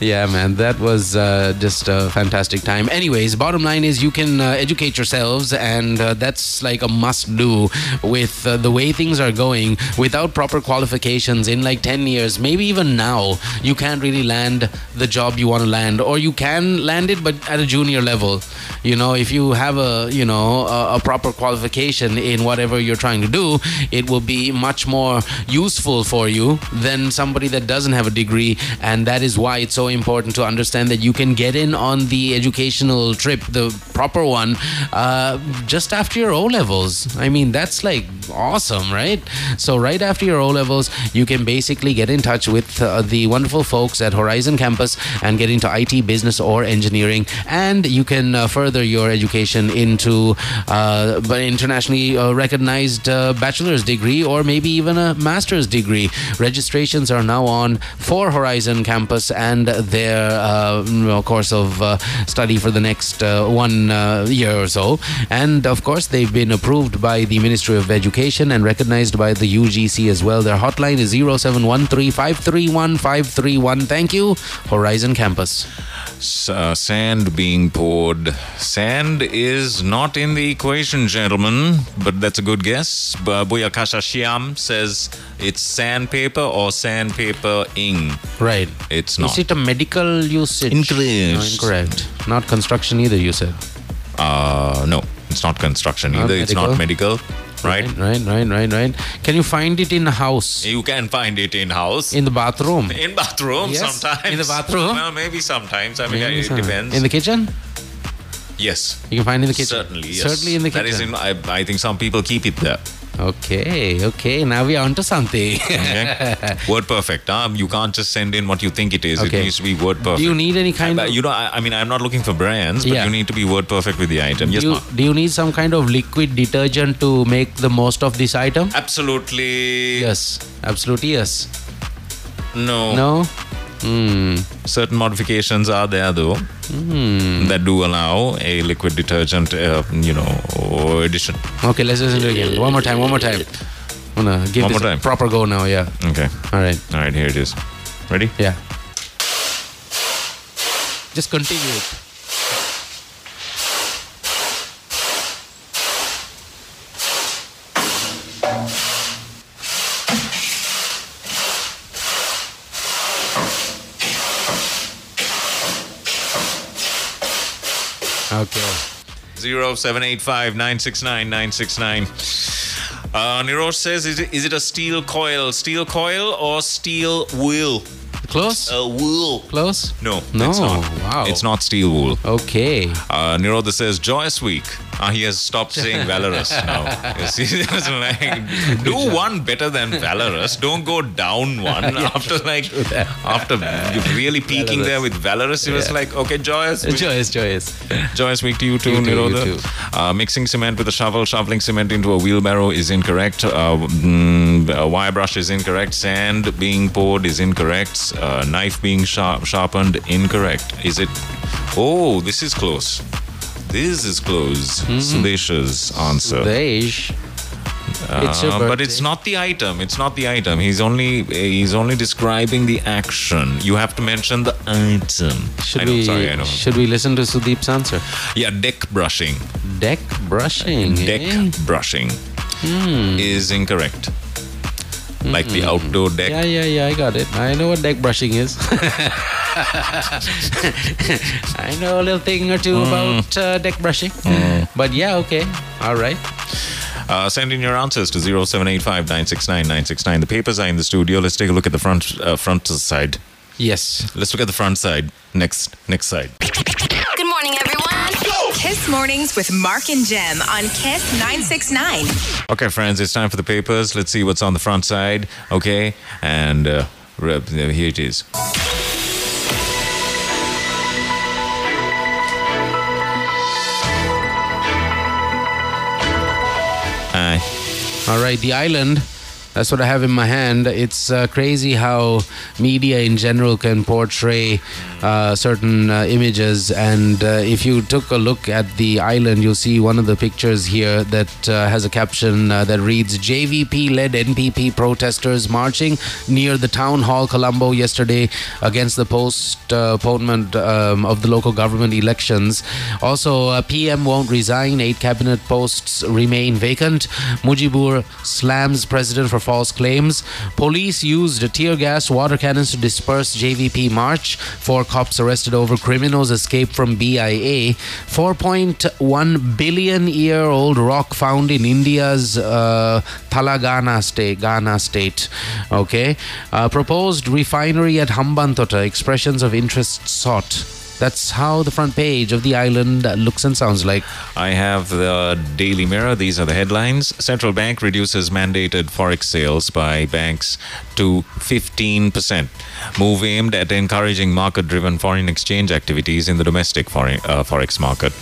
C: Yeah, man, that was uh, just a fantastic time. Anyways, bottom line is you can uh, educate yourselves, and uh, that's like a must do with uh, the way things are going. Without proper qualifications in like 10 years, maybe even now, you can't really land the job you want to land, or you can land it, but at a junior level. You know, if you have a, you know, a, a proper qualification in whatever you're trying to do, it will be much more useful for you than somebody that doesn't have a degree. And that is why it's so important to understand that you can get in on the educational trip, the proper one, uh, just after your O levels. I mean, that's like awesome, right? So, right after your O levels, you can basically get in touch with uh, the wonderful folks at Horizon Campus and get into IT, business, or engineering. And you can uh, further your education into uh, but internationally uh, recognized uh, bachelor's degree or maybe even a master's degree. Registrations are now on for Horizon Campus and their uh, you know, course of uh, study for the next uh, one uh, year or so. And of course, they've been approved by the Ministry of Education. education and recognized by the UGC as well. Their hotline is 0713531531. Thank you, Horizon Campus.
B: S- uh, sand being poured. Sand is not in the equation, gentlemen, but that's a good guess. Babuya Kasashiam says it's sandpaper or sandpapering.
C: Right.
B: It's not.
C: Is it a medical usage?
B: Incorrect.
C: No, incorrect. Not construction either, you said.
B: Uh, no, it's not construction
C: Not
B: either. It's not medical, right?
C: Right, right, right, right. Can you find it in the house?
B: You can find it in house.
C: In the bathroom?
B: In bathroom
C: Yes,
B: sometimes.
C: in the bathroom.
B: Well, maybe sometimes. I mean,
C: Maybe
B: it
C: some-
B: depends.
C: In the kitchen?
B: yes.
C: You can find it in the kitchen.
B: Certainly, yes.
C: Certainly in the
B: That is
C: kitchen.
B: in, I, I think some people keep it there.
C: Okay, okay. Now we are onto something.
B: Okay? word perfect. Huh? You can't just send in what you think it is. It
C: Okay.
B: needs to be word perfect.
C: Do you need any kind
B: I,
C: of?
B: you know, I, I mean, I'm not looking for brands, but
C: Yeah.
B: you need to be word perfect with the item. Yes,
C: do, you,
B: ma'am.
C: do you need some kind of liquid detergent to make the most of this item?
B: Absolutely.
C: Yes, absolutely yes.
B: No.
C: No. Hmm.
B: Certain modifications are there though
C: Hmm.
B: that do allow a liquid detergent, uh, you know, addition.
C: Okay, let's listen to it again. One more time. One more time. I'm gonna give
B: One
C: this
B: more
C: a
B: time.
C: proper go now. Yeah.
B: Okay.
C: All right.
B: All right. Here it is. Ready?
C: Yeah. Just continue it. Okay.
B: Zero seven eight five nine six nine nine six nine. Uh, Nirosh says, is it, is it a steel coil? Steel coil or steel wool?
C: Close?
B: A wool.
C: Close?
B: Uh, No,
C: No.
B: it's not.
C: Wow.
B: It's not steel wool.
C: Okay.
B: Uh, Nirodha says, Joyous Week. Uh, he has stopped saying valorous now. You see, it was like, do one better than valorous. Don't go down one after like, after really peaking there with valorous. It was
C: Yeah.
B: like, okay, Joyous Week.
C: Joyous, joyous.
B: Joyous week to you too,
C: You too, you
B: Nirodha. Uh, mixing cement with a shovel, shoveling cement into a wheelbarrow is incorrect. Uh, mm, a wire brush is incorrect. Sand being poured is incorrect. Uh, knife being sharp, sharpened incorrect. Is it? Oh, this is close. This is close.
C: Hmm.
B: Sudesh's answer.
C: Sudesh. It's your
B: Uh, but
C: birthday.
B: it's not the item. It's not the item. He's only he's only describing the action. You have to mention the item.
C: Should
B: I know,
C: we
B: sorry, I know.
C: should we listen to Sudeep's answer?
B: Yeah, deck brushing.
C: Deck brushing.
B: Deck
C: eh?
B: brushing
C: Hmm.
B: is incorrect. Like the outdoor deck.
C: Yeah, yeah, yeah. I got it. I know what deck brushing is. I know a little thing or
B: Mm.
C: two about uh, deck brushing. But yeah, okay. All right.
B: Uh, send in your answers to 0785 969 969. The papers are in the studio. Let's take a look at the front uh, front side.
C: Yes.
B: Let's look at the front side. Next next side.
A: Good morning, everyone. Kiss Mornings with Mark and Jem on Kiss 969.
B: Okay, friends, it's time for the papers. Let's see what's on the front side. Okay, and uh, rep- here it is. Aye.
C: All right, the island. That's what I have in my hand. It's uh, crazy how media in general can portray uh, certain uh, images. And uh, if you took a look at the island, you'll see one of the pictures here that uh, has a caption uh, that reads JVP led NPP protesters marching near the town hall Colombo yesterday against the postponement um, of the local government elections. Also, uh, PM won't resign. Eight cabinet posts remain vacant. Mujibur slams president for false claims. Police used tear gas, water cannons to disperse JVP march. Four cops arrested over criminals escape from BIA. 4.1 billion year old rock found in India's uh, Talagana state. Ghana state. Okay. Uh, proposed refinery at Hambantota. Expressions of interest sought. That's how the front page of the island looks and sounds like.
B: I have the Daily Mirror. These are the headlines. Central Bank reduces mandated forex sales by banks to 15%. Move aimed at encouraging market driven foreign exchange activities in the domestic foreign, uh, forex market.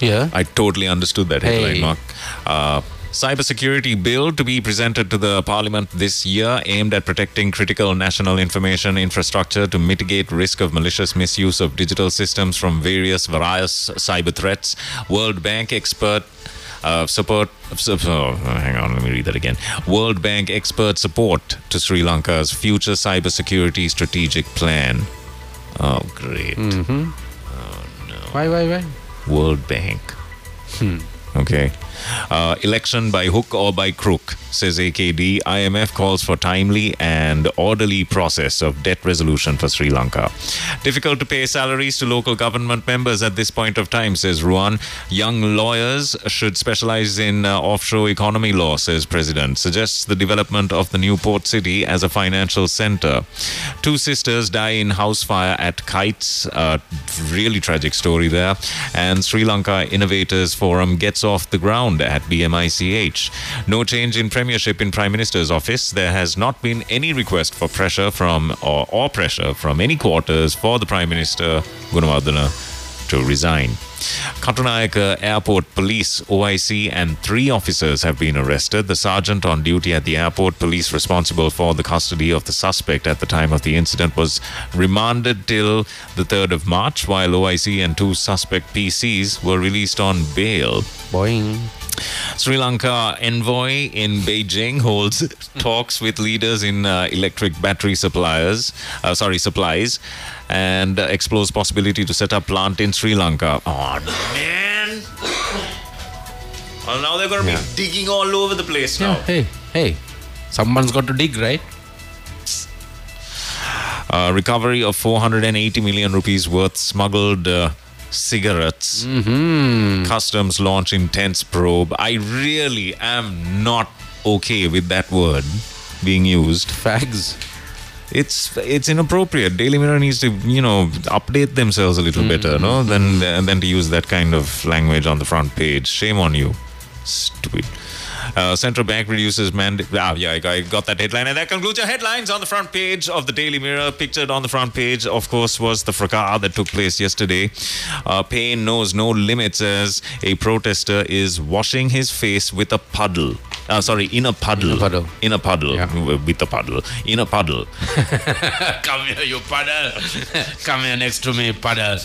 C: Yeah.
B: I totally understood that headline,
C: Hey.
B: Mark. Uh, Cybersecurity bill to be presented to the parliament this year, aimed at protecting critical national information infrastructure to mitigate risk of malicious misuse of digital systems from various various cyber threats. World Bank expert uh, support. so- so- hang on, let me read that again. World Bank expert support to Sri Lanka's future cybersecurity strategic plan. Oh, great. Mm-hmm.
C: Why, why, why?
B: World Bank. Okay. Uh, election by hook or by crook, says AKD. IMF calls for timely and orderly process of debt resolution for Sri Lanka. Difficult to pay salaries to local government members at this point of time, says Ruan. Young lawyers should specialize in uh, offshore economy law, says President. Suggests the development of the new port city as a financial center. Two sisters die in house fire at Kites. Uh, really tragic story there. And Sri Lanka Innovators Forum gets off the ground at BMICH. No change in premiership in Prime Minister's office. There has not been any request for pressure from or, or pressure from any quarters for the Prime Minister Gunawardena to resign. Katunayaka Airport Police OIC and three officers have been arrested. The sergeant on duty at the airport police responsible for the custody of the suspect at the time of the incident was remanded till the 3rd of March, while OIC and two suspect PCs were released on bail.
C: Boing.
B: Sri Lanka envoy in Beijing holds talks with leaders in uh, electric battery suppliers, uh, sorry supplies, and uh, explores possibility to set up plant in Sri Lanka. Oh, man! well, now they're going to
C: Yeah.
B: be digging all over the place
C: Yeah,
B: now.
C: hey, hey. Someone's got to dig, right?
B: Uh, recovery of 480 million rupees worth smuggled. Uh, Cigarettes. Customs launch intense probe. I really am not okay with that word being used.
C: Fags.
B: It's it's inappropriate. Daily Mirror needs to you know update themselves a little better, no? Than than to use that kind of language on the front page. Shame on you, stupid. Uh, central bank reduces mandate. Ah, yeah, I got- I got that headline, and that concludes your headlines on the front page of the Daily Mirror. Pictured on the front page, of course, was the fracas that took place yesterday. Uh, pain knows no limits as a protester is washing his face with a puddle. Uh, sorry, in a puddle. In a puddle. In a puddle. With a puddle. In a puddle.
C: Come here, you puddle. Come here next to me, puddle.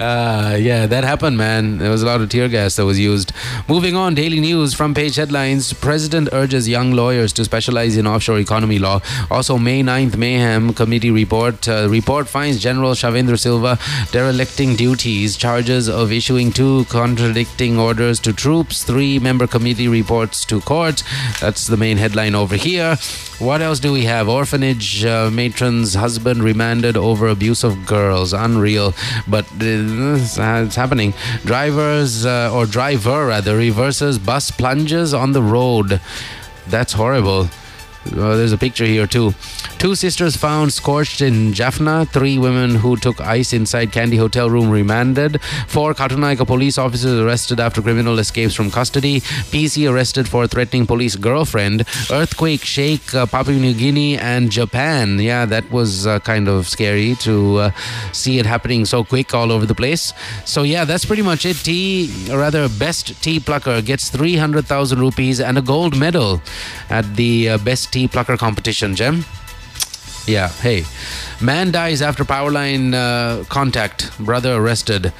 C: Uh, yeah, that happened, man. There was a lot of tear gas that was used. Moving on, daily news from page headlines. President urges young lawyers to specialize in offshore economy law. Also, May 9th mayhem committee report. Uh, report finds General Shavendra Silva derelicting duties, charges of issuing two contradicting orders to troops, three member committee reports to court. That's the main headline over here. What else do we have? Orphanage uh, matron's husband remanded over abuse of girls. Unreal, but uh, it's uh, it's happening. Drivers uh, or driver rather reverses bus plunges on the road. That's horrible. Uh, there's a picture here too. Two sisters found scorched in Jaffna. Three women who took ice inside Candy hotel room remanded. Four Katunayaka police officers arrested after criminal escapes from custody. PC arrested for threatening police girlfriend. Earthquake shake uh, Papua New Guinea and Japan. Yeah, that was uh, kind of scary to uh, see it happening so quick all over the place. So yeah, that's pretty much it. Tea, or rather, best tea plucker gets three hundred thousand rupees and a gold medal at the uh, best tea plucker competition. Gem. Yeah. Hey, man dies after power line uh, contact. Brother arrested.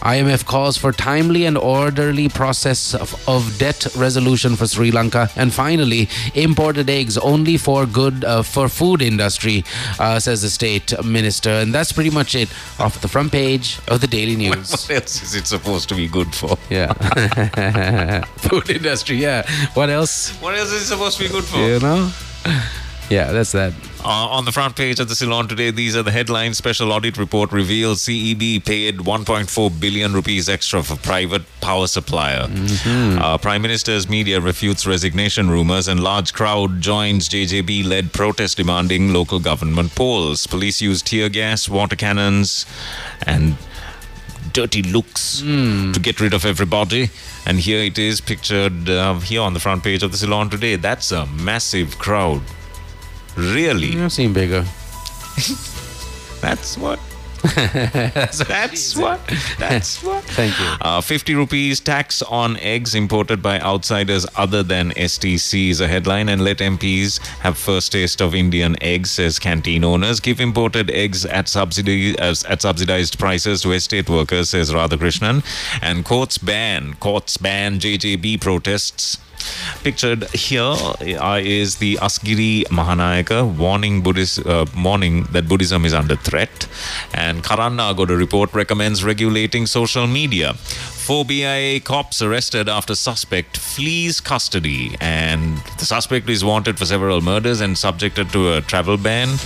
C: IMF calls for timely and orderly process of, of debt resolution for Sri Lanka. And finally, imported eggs only for good uh, for food industry, uh, says the state minister. And that's pretty much it off the front page of the Daily News.
B: What else is it supposed to be good for?
C: Yeah. Food industry, yeah. What else?
B: What else is it supposed to be good for?
C: You know? Yeah, that's that.
B: Uh, on the front page of the Ceylon today, these are the headlines. Special audit report reveals CEB paid 1.4 billion rupees extra for private power supplier. Uh, Prime Minister's media refutes resignation rumors, and large crowd joins JJB-led protest demanding local government polls. Police use tear gas, water cannons, and dirty looks to get rid of everybody. And here it is pictured uh, here on the front page of the Ceylon today. That's a massive crowd. Really?
C: I've seen bigger.
B: That's what that's what. That's what.
C: Thank you.
B: Uh, 50 rupees tax on eggs imported by outsiders other than STC is a headline. And let MPs have first taste of Indian eggs, says canteen owners. Give imported eggs at subsidy as at subsidized prices to estate workers, says Radhakrishnan. And courts ban courts ban JJB protests. Pictured here uh, is the Asgiri Mahanayaka warning Buddhist uh, warning that Buddhism is under threat, and Karanna Agoda report recommends regulating social media. Four BIA cops arrested after suspect flees custody, and the suspect is wanted for several murders and subjected to a travel ban.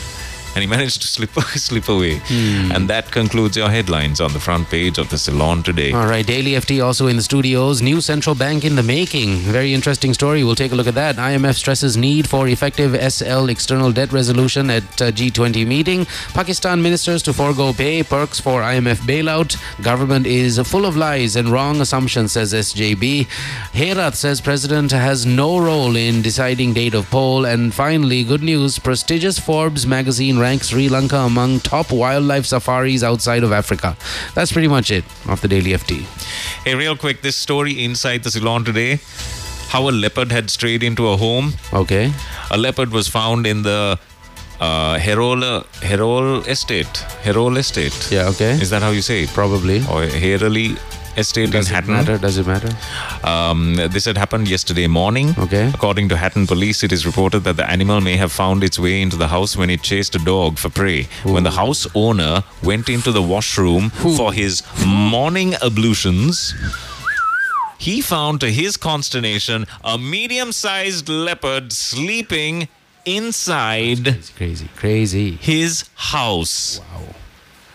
B: And he managed to slip slip away. And that concludes your headlines on the front page of the Ceylon today.
C: All right, Daily FT also in the studios. New central bank in the making. Very interesting story. We'll take a look at that. IMF stresses need for effective SL external debt resolution at uh, G20 meeting. Pakistan ministers to forego pay perks for IMF bailout. Government is full of lies and wrong assumptions, says SJB. Herath says president has no role in deciding date of poll. And finally, good news: prestigious Forbes magazine ranks Sri Lanka among top wildlife safaris outside of Africa. That's pretty much it of the Daily FT.
B: Hey, real quick, this story inside the Ceylon today. How a leopard had strayed into a home.
C: Okay.
B: A leopard was found in the uh, Herol Herol Estate. Herol Estate.
C: Yeah. Okay.
B: Is that how you say it?
C: Probably.
B: Or Heroli Estate
C: Does
B: in
C: it
B: Hatton.
C: matter? Does it matter?
B: Um, this had happened yesterday morning.
C: Okay.
B: According to Hatton police, it is reported that the animal may have found its way into the house when it chased a dog for prey. When the house owner went into the washroom for his morning ablutions, he found, to his consternation, a medium sized leopard sleeping inside
C: Crazy, crazy.
B: his house.
C: Wow.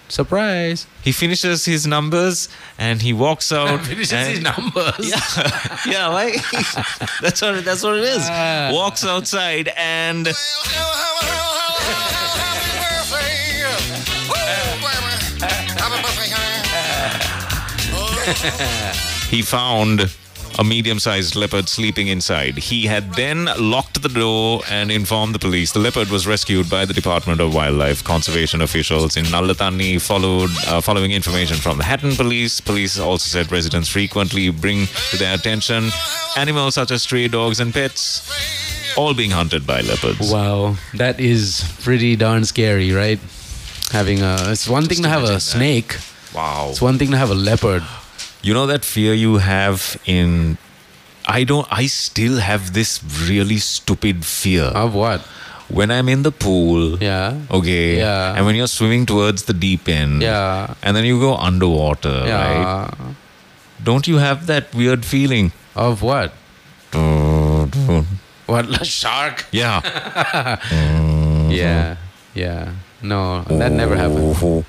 C: Surprise.
B: He finishes his numbers and he walks out.
C: Finishes
B: and-
C: his numbers.
B: Yeah, yeah, like that's what it- that's what it is.
C: Ah.
B: Walks outside and he found a medium-sized leopard sleeping inside. He had then locked the door and informed the police. The leopard was rescued by the Department of Wildlife Conservation officials in Nallatani. Followed uh, following information from the Hatton police. Police also said residents frequently bring to their attention animals such as stray dogs and pets, all being hunted by leopards.
C: Wow, that is pretty darn scary, right? Having a it's one thing to have a snake.
B: Wow.
C: It's one thing to have a leopard.
B: You know that fear you have in. I don't. I still have this really stupid fear.
C: Of what?
B: When I'm in the pool.
C: Uh, Yeah.
B: Okay.
C: Yeah.
B: And when you're swimming towards the deep end.
C: Yeah.
B: And then you go underwater, right?
C: Yeah.
B: Don't you have that weird feeling?
C: Of what?
B: Yeah.
C: What a shark?
B: Mm-hmm.
C: Yeah. Yeah. No, that never happened.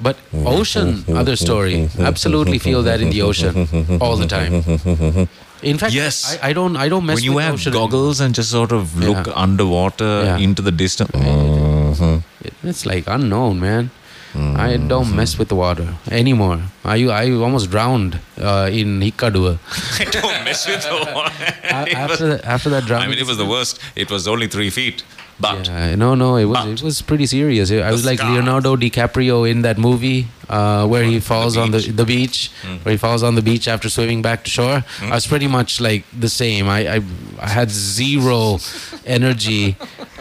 C: But ocean, other story. Absolutely feel that in the ocean all the time. In fact,
B: Yes.
C: I, I don't. I don't mess
B: When you
C: with
B: have
C: ocean.
B: goggles and just sort of look
C: Yeah.
B: underwater
C: Yeah.
B: into the distance. Mm-hmm.
C: It's like unknown, man. I don't mess with water anymore. I I almost drowned uh, in Hikkaduwa.
B: I don't mess with the
C: A-
B: water.
C: After that, after that drowning,
B: I mean, it was the worst. It was only three feet, but
C: Uh, no, no, it was it was pretty serious. I was like
B: scar.
C: Leonardo DiCaprio in that movie uh, where he falls on the the beach, Mm. where he falls on the beach after swimming back to shore. I was pretty much like the same. I I, I had zero energy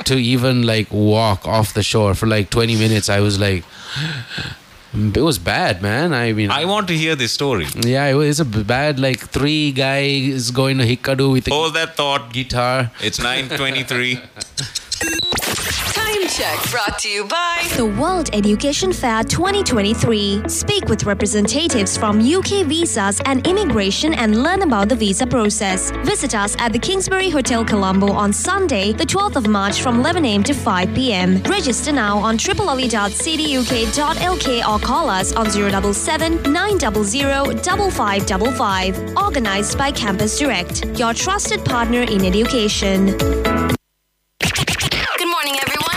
C: to even like walk off the shore for like 20 minutes. I was like, it was bad, man. I mean,
B: I want to hear this story.
C: yeah, it was a b- bad like three guys going to Hikkaru with a
B: Hold that thought.
C: guitar.
B: It's 9:23.
A: Time check brought to you by
O: The World Education Fair 2023. Speak with representatives from UK Visas and Immigration and learn about the visa process. Visit us at the Kingsbury Hotel Colombo on Sunday, the 12th of March from 11 am to 5 pm. Register now on www.cduk.lk or call us on 077 900 5555. Organized by Campus Direct, your trusted partner in education.
A: Good morning, everyone.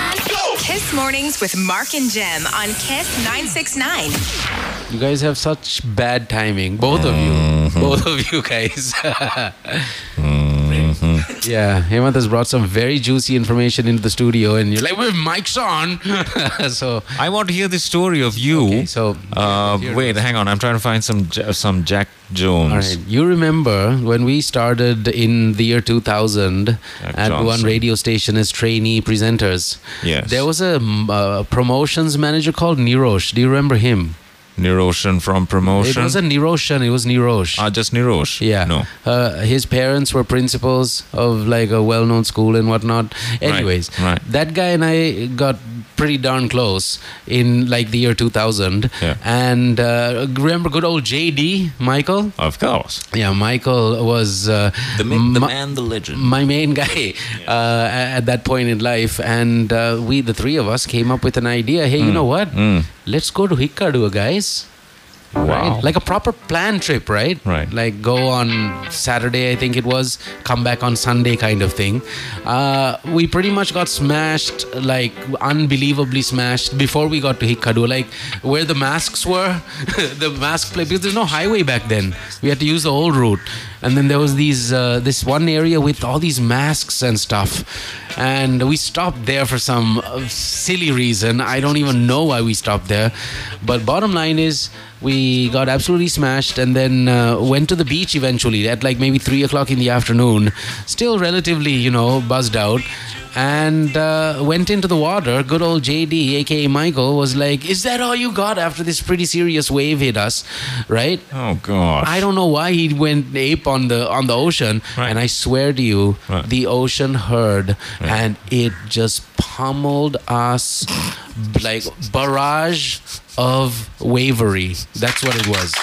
A: Kiss Mornings with Mark and Jem on Kiss 969.
C: You guys have such bad
B: Mm-hmm.
C: timing, both of you, both of you guys.
B: Mm-hmm.
C: Yeah, Hemant has brought some very juicy information into the studio, and you're like, "Well, mic's on." so
B: I want to hear the story of you.
C: so
B: uh, wait, hang on. I'm trying to find some J- some Jack Jones.
C: All right. You remember when we started in the year 2000 at
B: Johnson.
C: one radio station as trainee presenters?
B: Yes.
C: There was a mm, uh, promotions manager called Nirosh. Do you remember him?
B: Niroshan from
C: It
B: promotion.
C: wasn't Niroshan, it was Nirosh.
B: Ah, just Nirosh.
C: Yeah. No. Uh, his parents were principals of like a well known school and whatnot. Anyways,
B: right.
C: that guy and I got pretty darn close in like the year 2000.
B: Yeah.
C: And uh, remember good old JD, Michael?
B: Of course.
C: Yeah, Michael was uh,
B: Uh. the,
C: the
B: man, the legend.
C: My main guy uh, at that point in life, and uh, we, the three of us, came up with an idea.
B: Hmm.
C: Hey, you know what? Let's go to Hikkaduwa, guys. Right? Like a proper plan trip, right? Right. Like go on Saturday, I think it was, come back on Sunday kind of thing. Uh, we pretty much got smashed, like unbelievably smashed before we got to Hikkadu. Like where the masks were, the mask play, because there's no highway back then. We had to use the old route. And then there was these uh, this one area with all these masks and stuff. And we stopped there for some uh, silly reason. I don't even know why we stopped there. But bottom line is, we got absolutely smashed and then uh, went to the beach eventually at like maybe three o'clock in the afternoon still relatively you know buzzed out and uh, went into the water good old jd aka michael was like is that all you got after this pretty serious wave hit us right
B: oh god
C: i don't know why he went ape on the on the ocean and i swear to you the ocean heard and it just pummeled us like barrage of wavery that's what it was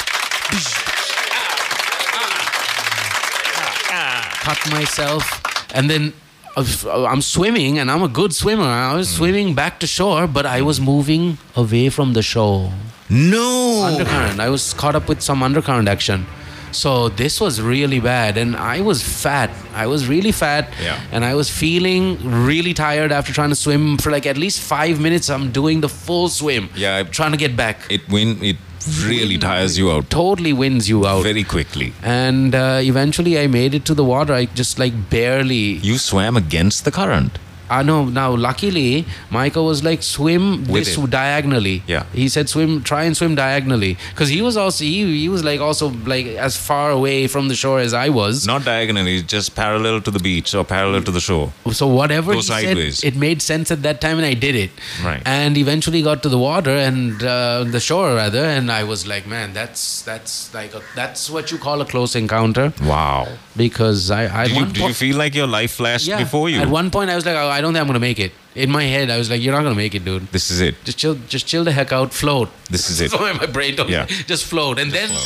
C: cut myself and then uh, I'm swimming and I'm a good swimmer. I was swimming back to shore, but I was moving away from the shore.
B: No!
C: Undercurrent. I was caught up with some undercurrent action. So this was really bad and I was fat. I was really fat
B: Yeah.
C: and I was feeling really tired after trying to swim for like at least 5 minutes. I'm doing the full swim.
B: Yeah, I,
C: trying to get back.
B: It win. It really tires you out.
C: Totally wins you out
B: very quickly.
C: And uh, eventually I made it to the water. I just like barely
B: You swam against the current.
C: I know now. Luckily, Michael was like swim
B: With
C: this
B: it.
C: diagonally.
B: Yeah.
C: he said swim, try and swim diagonally, because he was also he, he was like also like as far away from the shore as I was.
B: Not diagonally, just parallel to the beach or parallel to the shore.
C: So whatever
B: Go
C: he said,
B: sideways.
C: it made sense at that time, and I did it.
B: Right.
C: And eventually got to the water and uh, the shore rather, and I was like, man, that's that's like a, that's what you call a close encounter.
B: Wow.
C: Because I I
B: Did you, did you feel like your life flashed before you?
C: At one point, I was like, oh, I don't think I'm gonna make it. In my head, I was like, you're not gonna make it, dude.
B: this is it.
C: Just chill, just chill the heck out, float.
B: This is it.
C: That's why my brain don't.
B: Yeah.
C: Just float, and then.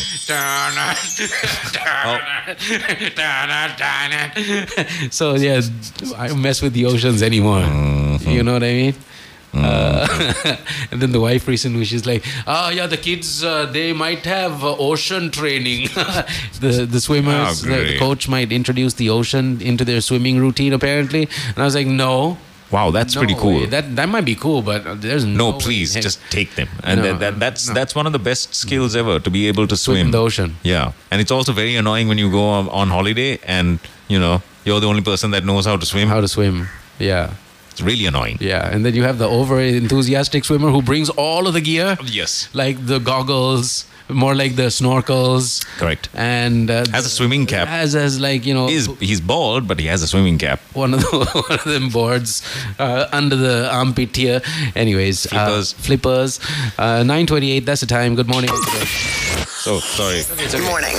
C: Oh. so yeah, I don't mess with the oceans anymore.
B: Mm-hmm.
C: You know what I mean? Uh, and then the wife recently she's like, "Ah, yeah, the kids uh, they might have uh, ocean training. the the swimmers,
B: Oh,
C: the- the
B: great.
C: coach might introduce the ocean into their swimming routine apparently." And I was like, "No,
B: Wow, that's
C: No
B: pretty cool.
C: way. That that might be cool, but there's no.
B: no,
C: way
B: please,
C: in heck-
B: just take them. And
C: No,
B: that, that, that's that's one of the best skills ever to be able to swim.
C: in the ocean.
B: Yeah, and it's also very annoying when you go on, on holiday and you know you're the only person that knows how to swim. How
C: to swim? Yeah,
B: it's really annoying.
C: Yeah, and then you have the over enthusiastic swimmer who brings all of the gear.
B: Yes.
C: Like the goggles, more like the snorkels.
B: Correct.
C: And uh,
B: Has a swimming cap.
C: Has as like you know.
B: He's he's bald, but he has a swimming cap.
C: one of, the, one of them boards uh, under the armpit here. Anyways, flippers. Uh, flippers. Uh, 9:28. That's the time. Good morning.
B: So sorry.
G: Good morning.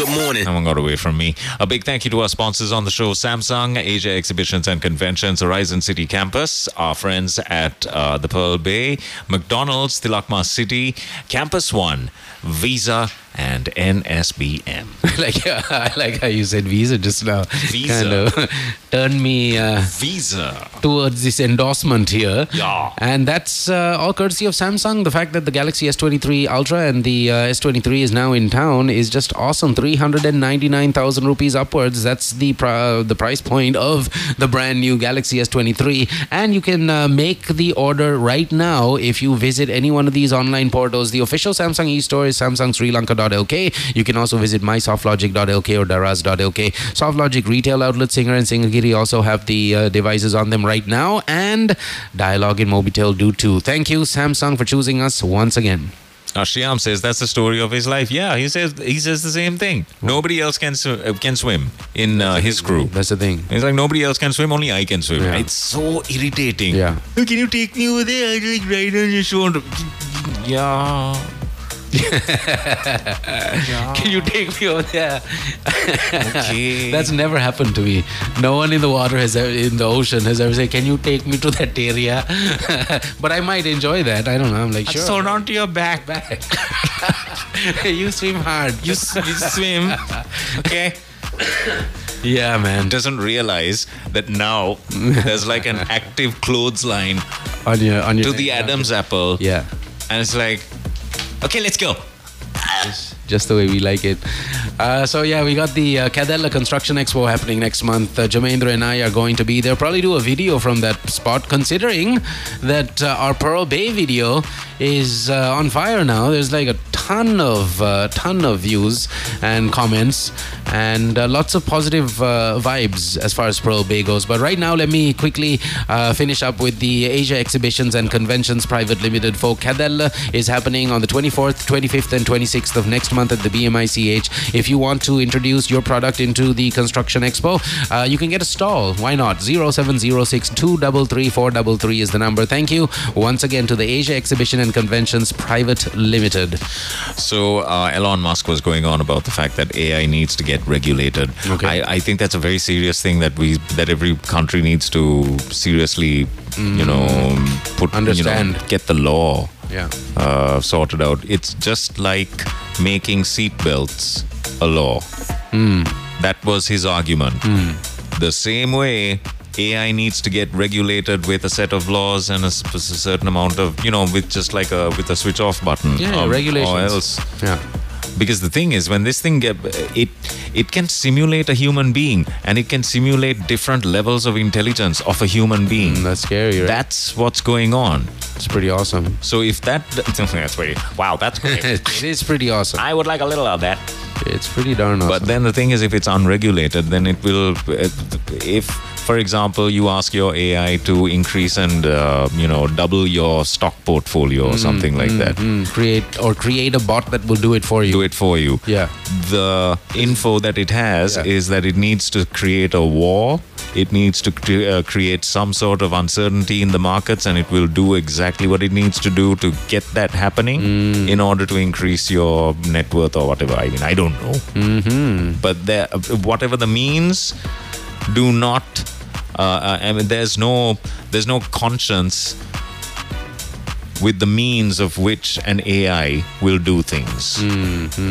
B: Good morning. Someone got away from me. A big thank you to our sponsors on the show Samsung, Asia Exhibitions and Conventions, Horizon City Campus, our friends at uh, the Pearl Bay, McDonald's, Tilakma City, Campus One, Visa, and NSBM.
C: like yeah, I like how you said visa just now.
B: Visa.
C: Kind of turned me uh,
B: visa
C: towards this endorsement here.
B: Yeah.
C: And that's uh, all courtesy of Samsung. The fact that the Galaxy S23 Ultra and the uh, S23 is now in town is just awesome. 399,000 rupees upwards. That's the pri- the price point of the brand new Galaxy S23 and you can uh, make the order right now if you visit any one of these online portals. The official Samsung e-store is samsungsrilanka.com softlogic.lk. You can also visit mysoftlogic.lk or daraz.lk. Softlogic retail outlet Singer and Singergiri also have the uh, devices on them right now, and Dialogue and Mobitel do too. Thank you, Samsung, for choosing us once again.
B: Now, Shyam says that's the story of his life. Yeah, he says he says the same thing. Nobody else can sw- uh, can swim in uh, his crew.
C: That's the thing.
B: He's like nobody else can swim, only I can swim.
C: Yeah.
B: It's so irritating.
C: Yeah.
B: "Oh, Can you take me over there? I just ride on your shoulder. Yeah.
C: Can you take me over there? okay. That's never happened to me. No one in the water has ever, in the ocean has ever said, "Can you take me to that area?" but I might enjoy that. I don't know. I'm like, sure.
B: So down to your back.
C: Back. you swim hard.
B: You, s- you swim. Okay.
C: Yeah, man.
B: Doesn't realize that now there's like an active clothesline
C: on your on your
B: to
C: neck.
B: the Adam's apple.
C: Yeah.
B: And it's like, okay, let's go.
C: just the way we like it. Uh, so yeah, we got the uh, Cadella Construction Expo happening next month. Uh, Jamendra and I are going to be there. Probably do a video from that spot, considering that uh, our Pearl Bay video is uh, on fire now. There's like a ton of uh, ton of views and comments and uh, lots of positive uh, vibes as far as Pearl Bay goes. But right now, let me quickly uh, finish up with the Asia Exhibitions and Conventions Private Limited for Cadella is happening on the 24th, 25th, and 26th of next month at the BMICH. If you want to introduce your product into the Construction Expo, uh, you can get a stall. Why not? 0706233433 is the number. Thank you once again to the Asia Exhibition and Conventions Private Limited.
B: So uh, Elon Musk was going on about the fact that AI needs to get regulated.
C: Okay.
B: I, I think that's a very serious thing that we that every country needs to seriously, you know, put you know,
C: Understand.
B: get the law
C: Yeah.
B: uh, sorted out. It's just like making seatbelts a law.
C: Hmm.
B: That was his argument. The same way. AI needs to get regulated with a set of laws and a, sp- certain amount of, you know, with just like a with a switch off button.
C: Yeah,
B: um,
C: regulations.
B: Or else,
C: Yeah.
B: because the thing is when this thing get, it it can simulate a human being and it can simulate different levels of intelligence of a human being
C: Mm, that's scary right?
B: that's what's going on
C: It's pretty awesome.
B: so if that that's pretty wow that's great
C: it is pretty awesome.
B: i would like a little of that
C: It's pretty darn awesome.
B: but then the thing is if it's unregulated then it will uh, if for example you ask your ai to increase and uh, you know double your stock portfolio or something like that
C: Mm, create or create a bot that will do it for you.
B: do it for you
C: Yeah.
B: the info that it has
C: Yeah.
B: is that it needs to create a war. It needs to cre- uh, create some sort of uncertainty in the markets, and it will do exactly what it needs to do to get that happening
C: Mm.
B: in order to increase your net worth or whatever. I mean, I don't know,
C: Mm-hmm.
B: but there, uh, whatever the means, do not. Uh, uh, I mean, there's no there's no conscience with the means of which an AI will do things.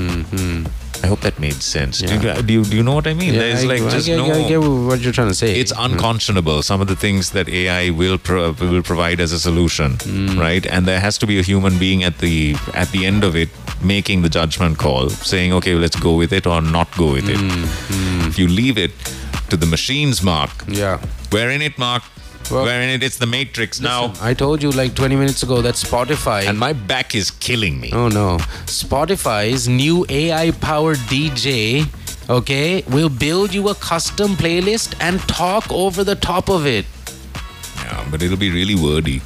B: I hope that made sense. Do, you, do, you, do you know what I mean? There's like just
C: get,
B: no.
C: I get what you're trying to say.
B: it's unconscionable. Some of the things that AI will pro- will provide as a solution,
C: Mm.
B: right? And there has to be a human being at the at the end of it making the judgment call, saying, "Okay, let's go with it or not go with
C: Mm-hmm.
B: it." If you leave it to the machine's mark,
C: yeah.
B: we're in it, Mark.
C: Well-
B: we're in it. It's the Matrix now,
C: I told you like 20 minutes ago that Spotify.
B: and my back is killing me.
C: oh no, Spotify's new AI-powered DJ. Okay, will build you a custom playlist and talk over the top of it.
B: Yeah, but it'll be really wordy.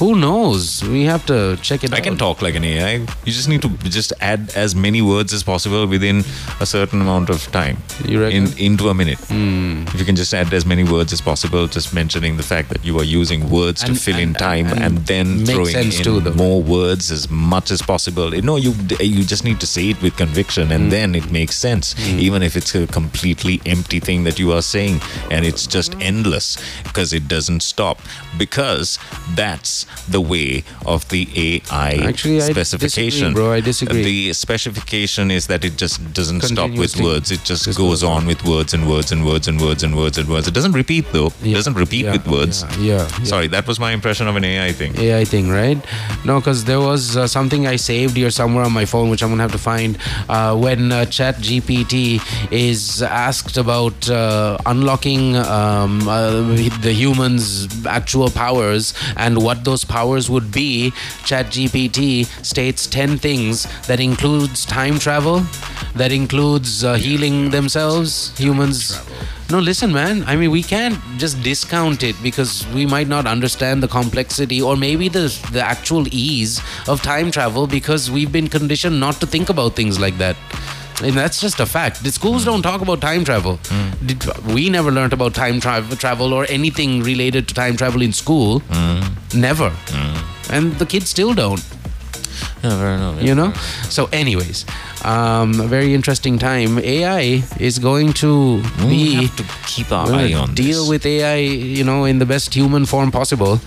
C: Who knows? We have to check it
B: I
C: out.
B: can talk like an AI. You just need to just add as many words as possible within a certain amount of time.
C: You reckon? Hmm.
B: In, into a minute. If you can just add as many words as possible, just mentioning the fact that you are using words
C: And-
B: to fill in
C: and-
B: time
C: and-
B: and,
C: and
B: then
C: make
B: throwing
C: sense
B: in
C: too, though.
B: more words as much as possible. No, you you just need to say it with conviction,
C: Mm.
B: and then it makes sense, even if it's a completely empty thing that you are saying, and it's just endless because it doesn't stop. Because that's the way of the AI
C: Actually, I
B: specification,
C: disagree, bro. I disagree.
B: The specification is that it just doesn't stop with
C: Continuously.
B: words. It just goes on with words and words and words and words and words and words. It doesn't repeat though. it
C: Yeah,
B: doesn't repeat
C: yeah,
B: with words.
C: yeah, yeah, yeah.
B: Sorry, that was my impression of an AI thing.
C: AI thing, right? No, because there was uh, something I saved here somewhere on my phone, which I'm gonna have to find. Uh, when uh, Chat GPT is asked about uh, unlocking um, uh, the humans' actual powers and what those powers would be, ChatGPT states 10 things that includes time travel, that includes uh, healing themselves, humans. No, listen, man. I mean, we can't just discount it because we might not understand the complexity or maybe the the actual ease of time travel because we've been conditioned not to think about things like that. And that's just a fact. The schools don't talk about time travel. Did- We never learnt about time tra- travel or anything related to time travel in school. Never. And the kids still don't. You know? So, anyways, um, a very interesting time. AI is going to be. to
B: keep our
C: we're
B: eye
C: gonna
B: on
C: Deal with AI, you know, in the best human form possible.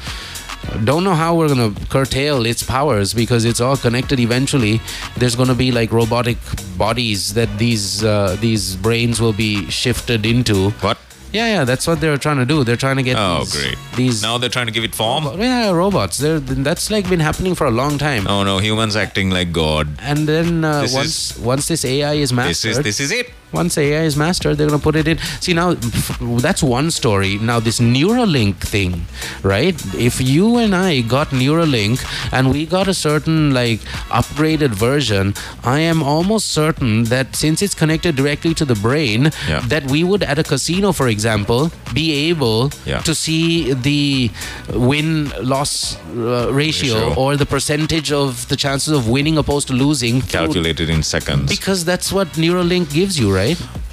C: Don't know how we're going to curtail its powers because it's all connected eventually. There's going to be like robotic bodies that these uh, these brains will be shifted into.
B: What?
C: Yeah, yeah, that's what they're trying to do. They're trying to get
B: Oh,
C: these,
B: great.
C: these
B: Now they're trying to give it form.
C: yeah, robots. They're, that's like been happening for a long time.
B: Oh no, humans acting like God.
C: And then uh,
B: This
C: once once this AI is
B: This
C: mastered,
B: is this is it.
C: Once AI is mastered, they're gonna put it in. See now, f- that's one story. Now this Neuralink thing, right? If you and I got Neuralink and we got a certain like upgraded version, I am almost certain that since it's connected directly to the brain, that we would at a casino, for example, be able
B: Yeah.
C: to see the win loss uh, ratio,
B: Ratio.
C: or the percentage of the chances of winning opposed to losing through-
B: Calculated in seconds.
C: because that's what Neuralink gives you, right?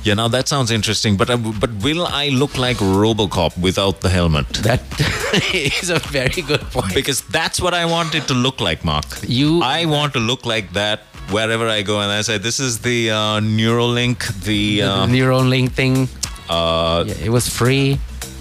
B: Yeah, now that sounds interesting, but I, but will I look like RoboCop without the helmet?
C: That is a very good point.
B: Because that's what I want it to look like, Mark.
C: You,
B: I want to look like that wherever I go, and I say this is the uh, Neuralink, the uh,
C: The Neuralink thing.
B: Uh,
C: it was free.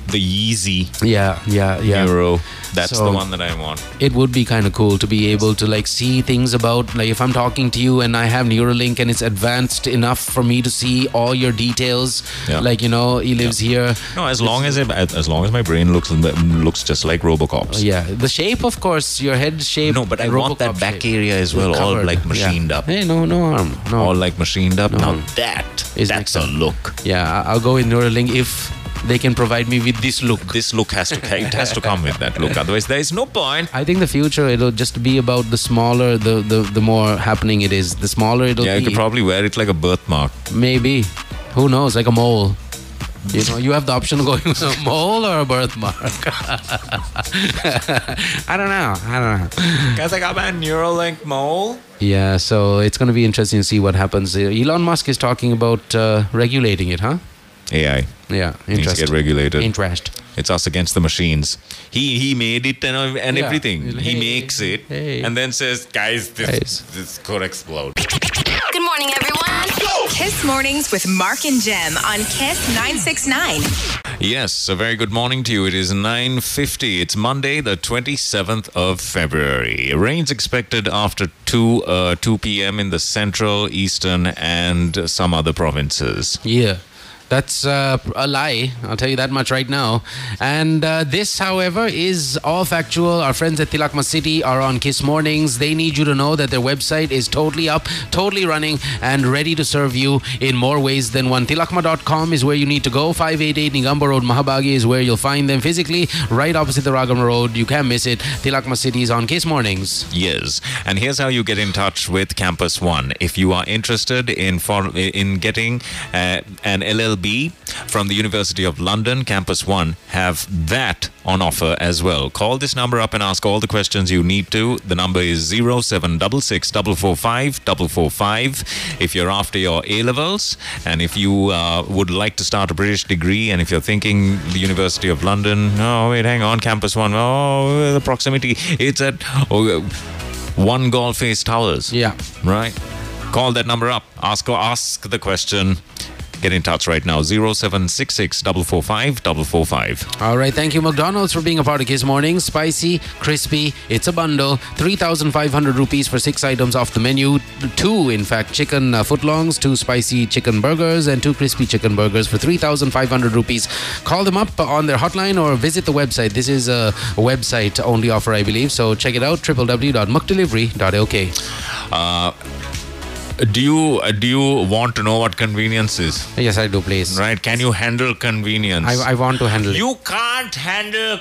B: The Yeezy.
C: Yeah, yeah, yeah.
B: Neuro. That's
C: So-
B: the one that I want.
C: It would be kind of cool to be able to like see things about like if I'm talking to you and I have Neuralink and it's advanced enough for me to see all your details.
B: Yeah.
C: Like you know, he lives here.
B: No, as long as it, as long as my brain looks looks just like RoboCop's.
C: Uh, Yeah, the shape, of course, your head shape. No,
B: but I want that back area as well, all like machined up.
C: Hey, no, no harm. No.
B: All like machined up. Now that is that's a look.
C: Yeah, I- I'll go with Neuralink if they can provide me with this look.
B: This look has to it has to come with that look. Otherwise, there is no point.
C: I think the future it'll just be about the smaller, the the, the more happening it is. The smaller it'll
B: yeah,
C: be.
B: you could probably wear it like a birthmark.
C: Maybe, who knows? Like a mole. You know, you have the option of going with a mole or a birthmark. I don't know. I don't know.
B: Guys, I got my Neuralink mole.
C: Yeah, so it's going to be interesting to see what happens. Uh, Elon Musk is talking about uh, regulating it, huh?
B: AI.
C: Yeah,
B: Needs to
C: interest.
B: get regulated.
C: Interest.
B: It's us against the machines. He he made it and, and
C: Yeah.
B: everything. He
C: Hey,
B: makes it
C: hey.
B: and then says, guys, this this could explode.
A: Good morning, everyone. Kiss Mornings with Mark and Jem on Kiss 969.
B: Yes, a very good morning to you. It is 9.50. It's Monday, the 27th of February. Rain's expected after 2, uh, 2 p.m. in the central, eastern, and some other provinces.
C: Yeah, that's uh, a lie. I'll tell you that much right now. And uh, this, however, is all factual. Our friends at Tilakma City are on Kiss Mornings. They need you to know that their website is totally up, totally running, and ready to serve you in more ways than one. Tilakma.com is where you need to go. 588 Nigamba Road, Mahabagi is where you'll find them physically, right opposite the Ragam Road. You can't miss it. Tilakma City is on Kiss Mornings.
B: Yes, and here's how you get in touch with Campus One. If you are interested in for, in getting uh, an LLB from the University of London, Campus One have that on offer as well. Call this number up and ask all the questions you need to. The number is zero seven double six double four five double four five. If you're after your A levels, and if you uh, would like to start a British degree, and if you're thinking the University of London, oh wait, hang on, Campus One, oh the proximity, it's at oh, one Golf Face Towers.
C: Yeah.
B: Right. Call that number up. Ask ask the question. Get in touch right now. 0766 445 445.
C: All right, thank you, McDonald's, for being a part of Kiss Morning. Spicy, crispy, it's a bundle. 3,500 rupees for six items off the menu. Two, in fact, chicken uh, footlongs, two spicy chicken burgers, and two crispy chicken burgers for 3,500 rupees. Call them up on their hotline or visit the website. This is a website only offer, I believe. So check it out www.mukdelivery.ok.
B: Uh, Do you uh, do you want to know what convenience is?
C: Yes, I do, please.
B: Right? Can you handle convenience?
C: I, I want to handle it.
B: You can't handle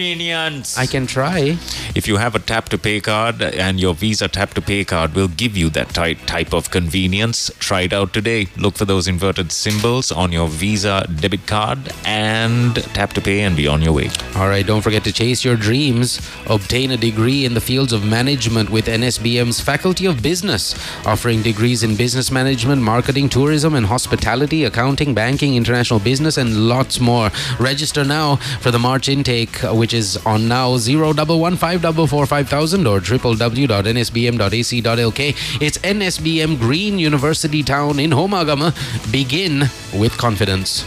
B: convenience.
C: I can try.
B: If you have a tap to pay card and your Visa tap to pay card will give you that ty- type of convenience, try it out today. Look for those inverted symbols on your Visa debit card and tap to pay and be on your way.
C: All right, don't forget to chase your dreams. Obtain a degree in the fields of management with NSBM's Faculty of Business, offering degrees in business management, marketing, tourism, and hospitality, accounting, banking, international business, and lots more. Register now for the March intake, which is on now 0115445000 or www.nsbm.ac.lk. It's NSBM Green University Town in Homagama. Begin with confidence.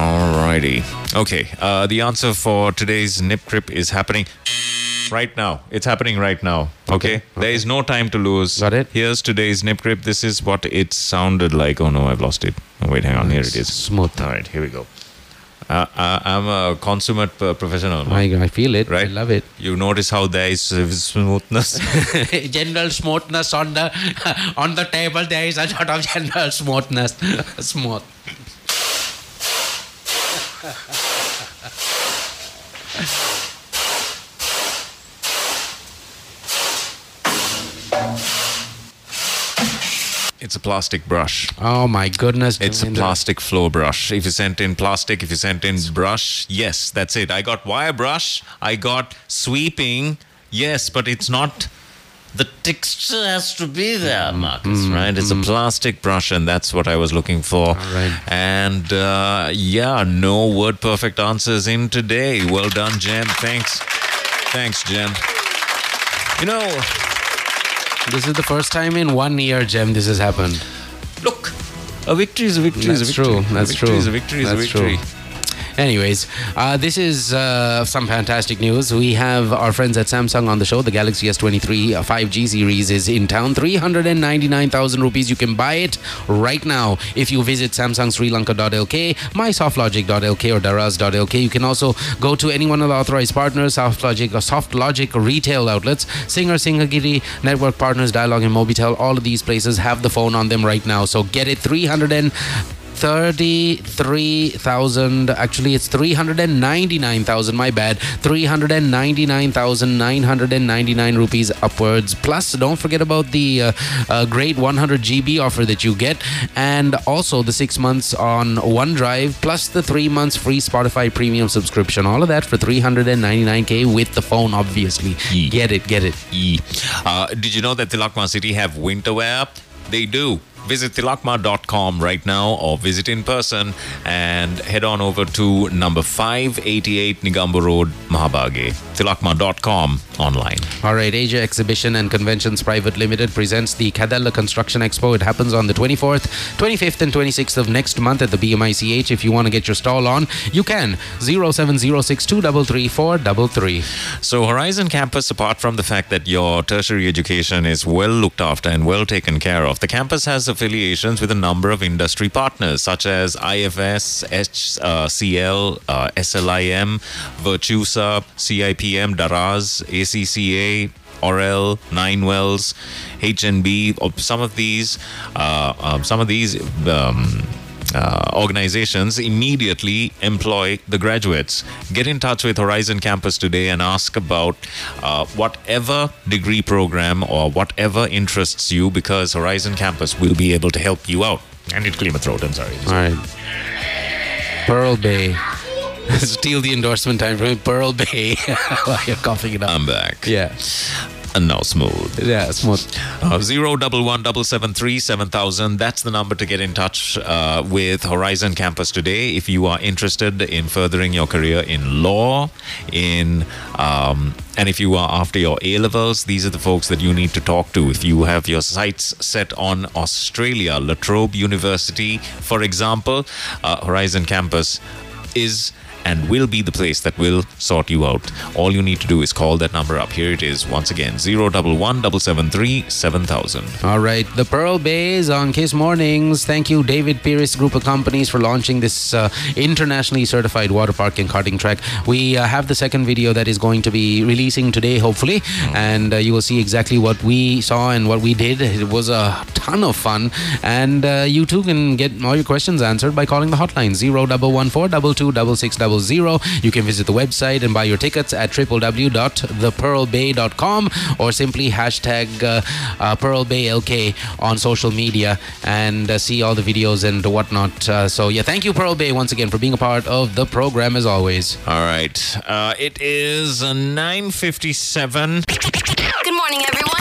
B: Alrighty. Okay. Uh, the answer for today's nip trip is happening right now. It's happening right now. Okay. There is no time to lose.
C: Got it.
B: Here's today's nip trip. This is what it sounded like. Oh no, I've lost it. Oh, wait, hang on. Here it is.
C: Smooth.
B: All right. Here we go. Uh, I, I'm a consummate uh, professional.
C: I, I feel it.
B: Right.
C: I love it.
B: You notice how there is uh, smoothness.
C: general smoothness on the on the table. There is a lot of general smoothness. Smooth.
B: it's a plastic brush.
C: Oh my goodness!
B: It's a
C: Jaminder.
B: plastic floor brush. If you sent in plastic, if you sent in brush, yes, that's it. I got wire brush. I got sweeping. Yes, but it's not. The texture has to be there,
C: Mm-hmm.
B: Marcus. right? It's a plastic brush, and that's what I was looking for. And uh, yeah, no word perfect answers in today. Well done, Jem. Thanks, thanks, Jem. You know,
C: This is the first time in one year, Jem, this has happened.
B: Look, a victory is a victory.
C: That's
B: is a victory.
C: true.
B: a
C: That's
B: victory
C: true.
B: Is a victory. Is a
C: That's
B: victory.
C: true. Anyways, uh, this is uh, some fantastic news. We have our friends at Samsung on the show. The Galaxy S23 uh, 5G series is in town. 399,000 rupees. You can buy it right now if you visit Samsung Sri Lanka.lk, mysoftlogic.lk, or daraz.lk. You can also go to any one of the authorized partners, Softlogic or Softlogic retail outlets, Singer, Singagiri, Network Partners, Dialog, and Mobitel. All of these places have the phone on them right now. So get it 300 and 33,000. Actually, it's 399,000. My bad. 399,999 rupees upwards. Plus, don't forget about the uh, uh, great 100 GB offer that you get, and also the six months on OneDrive, plus the three months free Spotify premium subscription. All of that for 399K with the phone, obviously. Get it, get it.
B: E. Uh, did you know that Tilakma City have winter wear? They do. Visit tilakma.com right now or visit in person and head on over to number 588 Nigamba Road, Mahabage. Tilakma.com online.
C: All right, Asia Exhibition and Conventions Private Limited presents the Kadala Construction Expo. It happens on the 24th, 25th, and 26th of next month at the BMICH. If you want to get your stall on, you can. 0706233433.
B: So, Horizon Campus, apart from the fact that your tertiary education is well looked after and well taken care of, the campus has affiliations with a number of industry partners such as IFS, HCL, uh, SLIM, Virtusa, CIPM, Daraz, ACCA. Orel, Nine Wells, HNB, or some of these, uh, um, some of these um, uh, organizations immediately employ the graduates. Get in touch with Horizon Campus today and ask about uh, whatever degree program or whatever interests you because Horizon Campus will be able to help you out. I need to clear my throat, I'm sorry.
C: All right. Pearl Bay. Steal the endorsement time from Pearl Bay. While you're coughing it up.
B: I'm back.
C: Um, Yeah.
B: And now smooth.
C: Yeah, smooth.
B: Uh, Zero double one double seven three seven thousand. That's the number to get in touch uh, with Horizon Campus today if you are interested in furthering your career in law, in um, and if you are after your A levels, these are the folks that you need to talk to. If you have your sights set on Australia, La Trobe University, for example, uh, Horizon Campus is and will be the place that will sort you out. All you need to do is call that number up. Here it is once again 011
C: All right, the Pearl Bays on Kiss Mornings. Thank you, David Pierce Group of Companies, for launching this uh, internationally certified water park and karting track. We uh, have the second video that is going to be releasing today, hopefully, and uh, you will see exactly what we saw and what we did. It was a ton of fun, and uh, you too can get all your questions answered by calling the hotline 0114226600. You can visit the website and buy your tickets at www.thepearlbay.com or simply hashtag uh, uh, Pearl Bay LK on social media and uh, see all the videos and whatnot. Uh, so, yeah, thank you, Pearl Bay, once again for being a part of the program as always.
B: All right. Uh, it is uh, 957.
A: Good morning, everyone.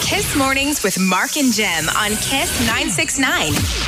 A: Kiss Mornings with Mark and Jem on Kiss 969.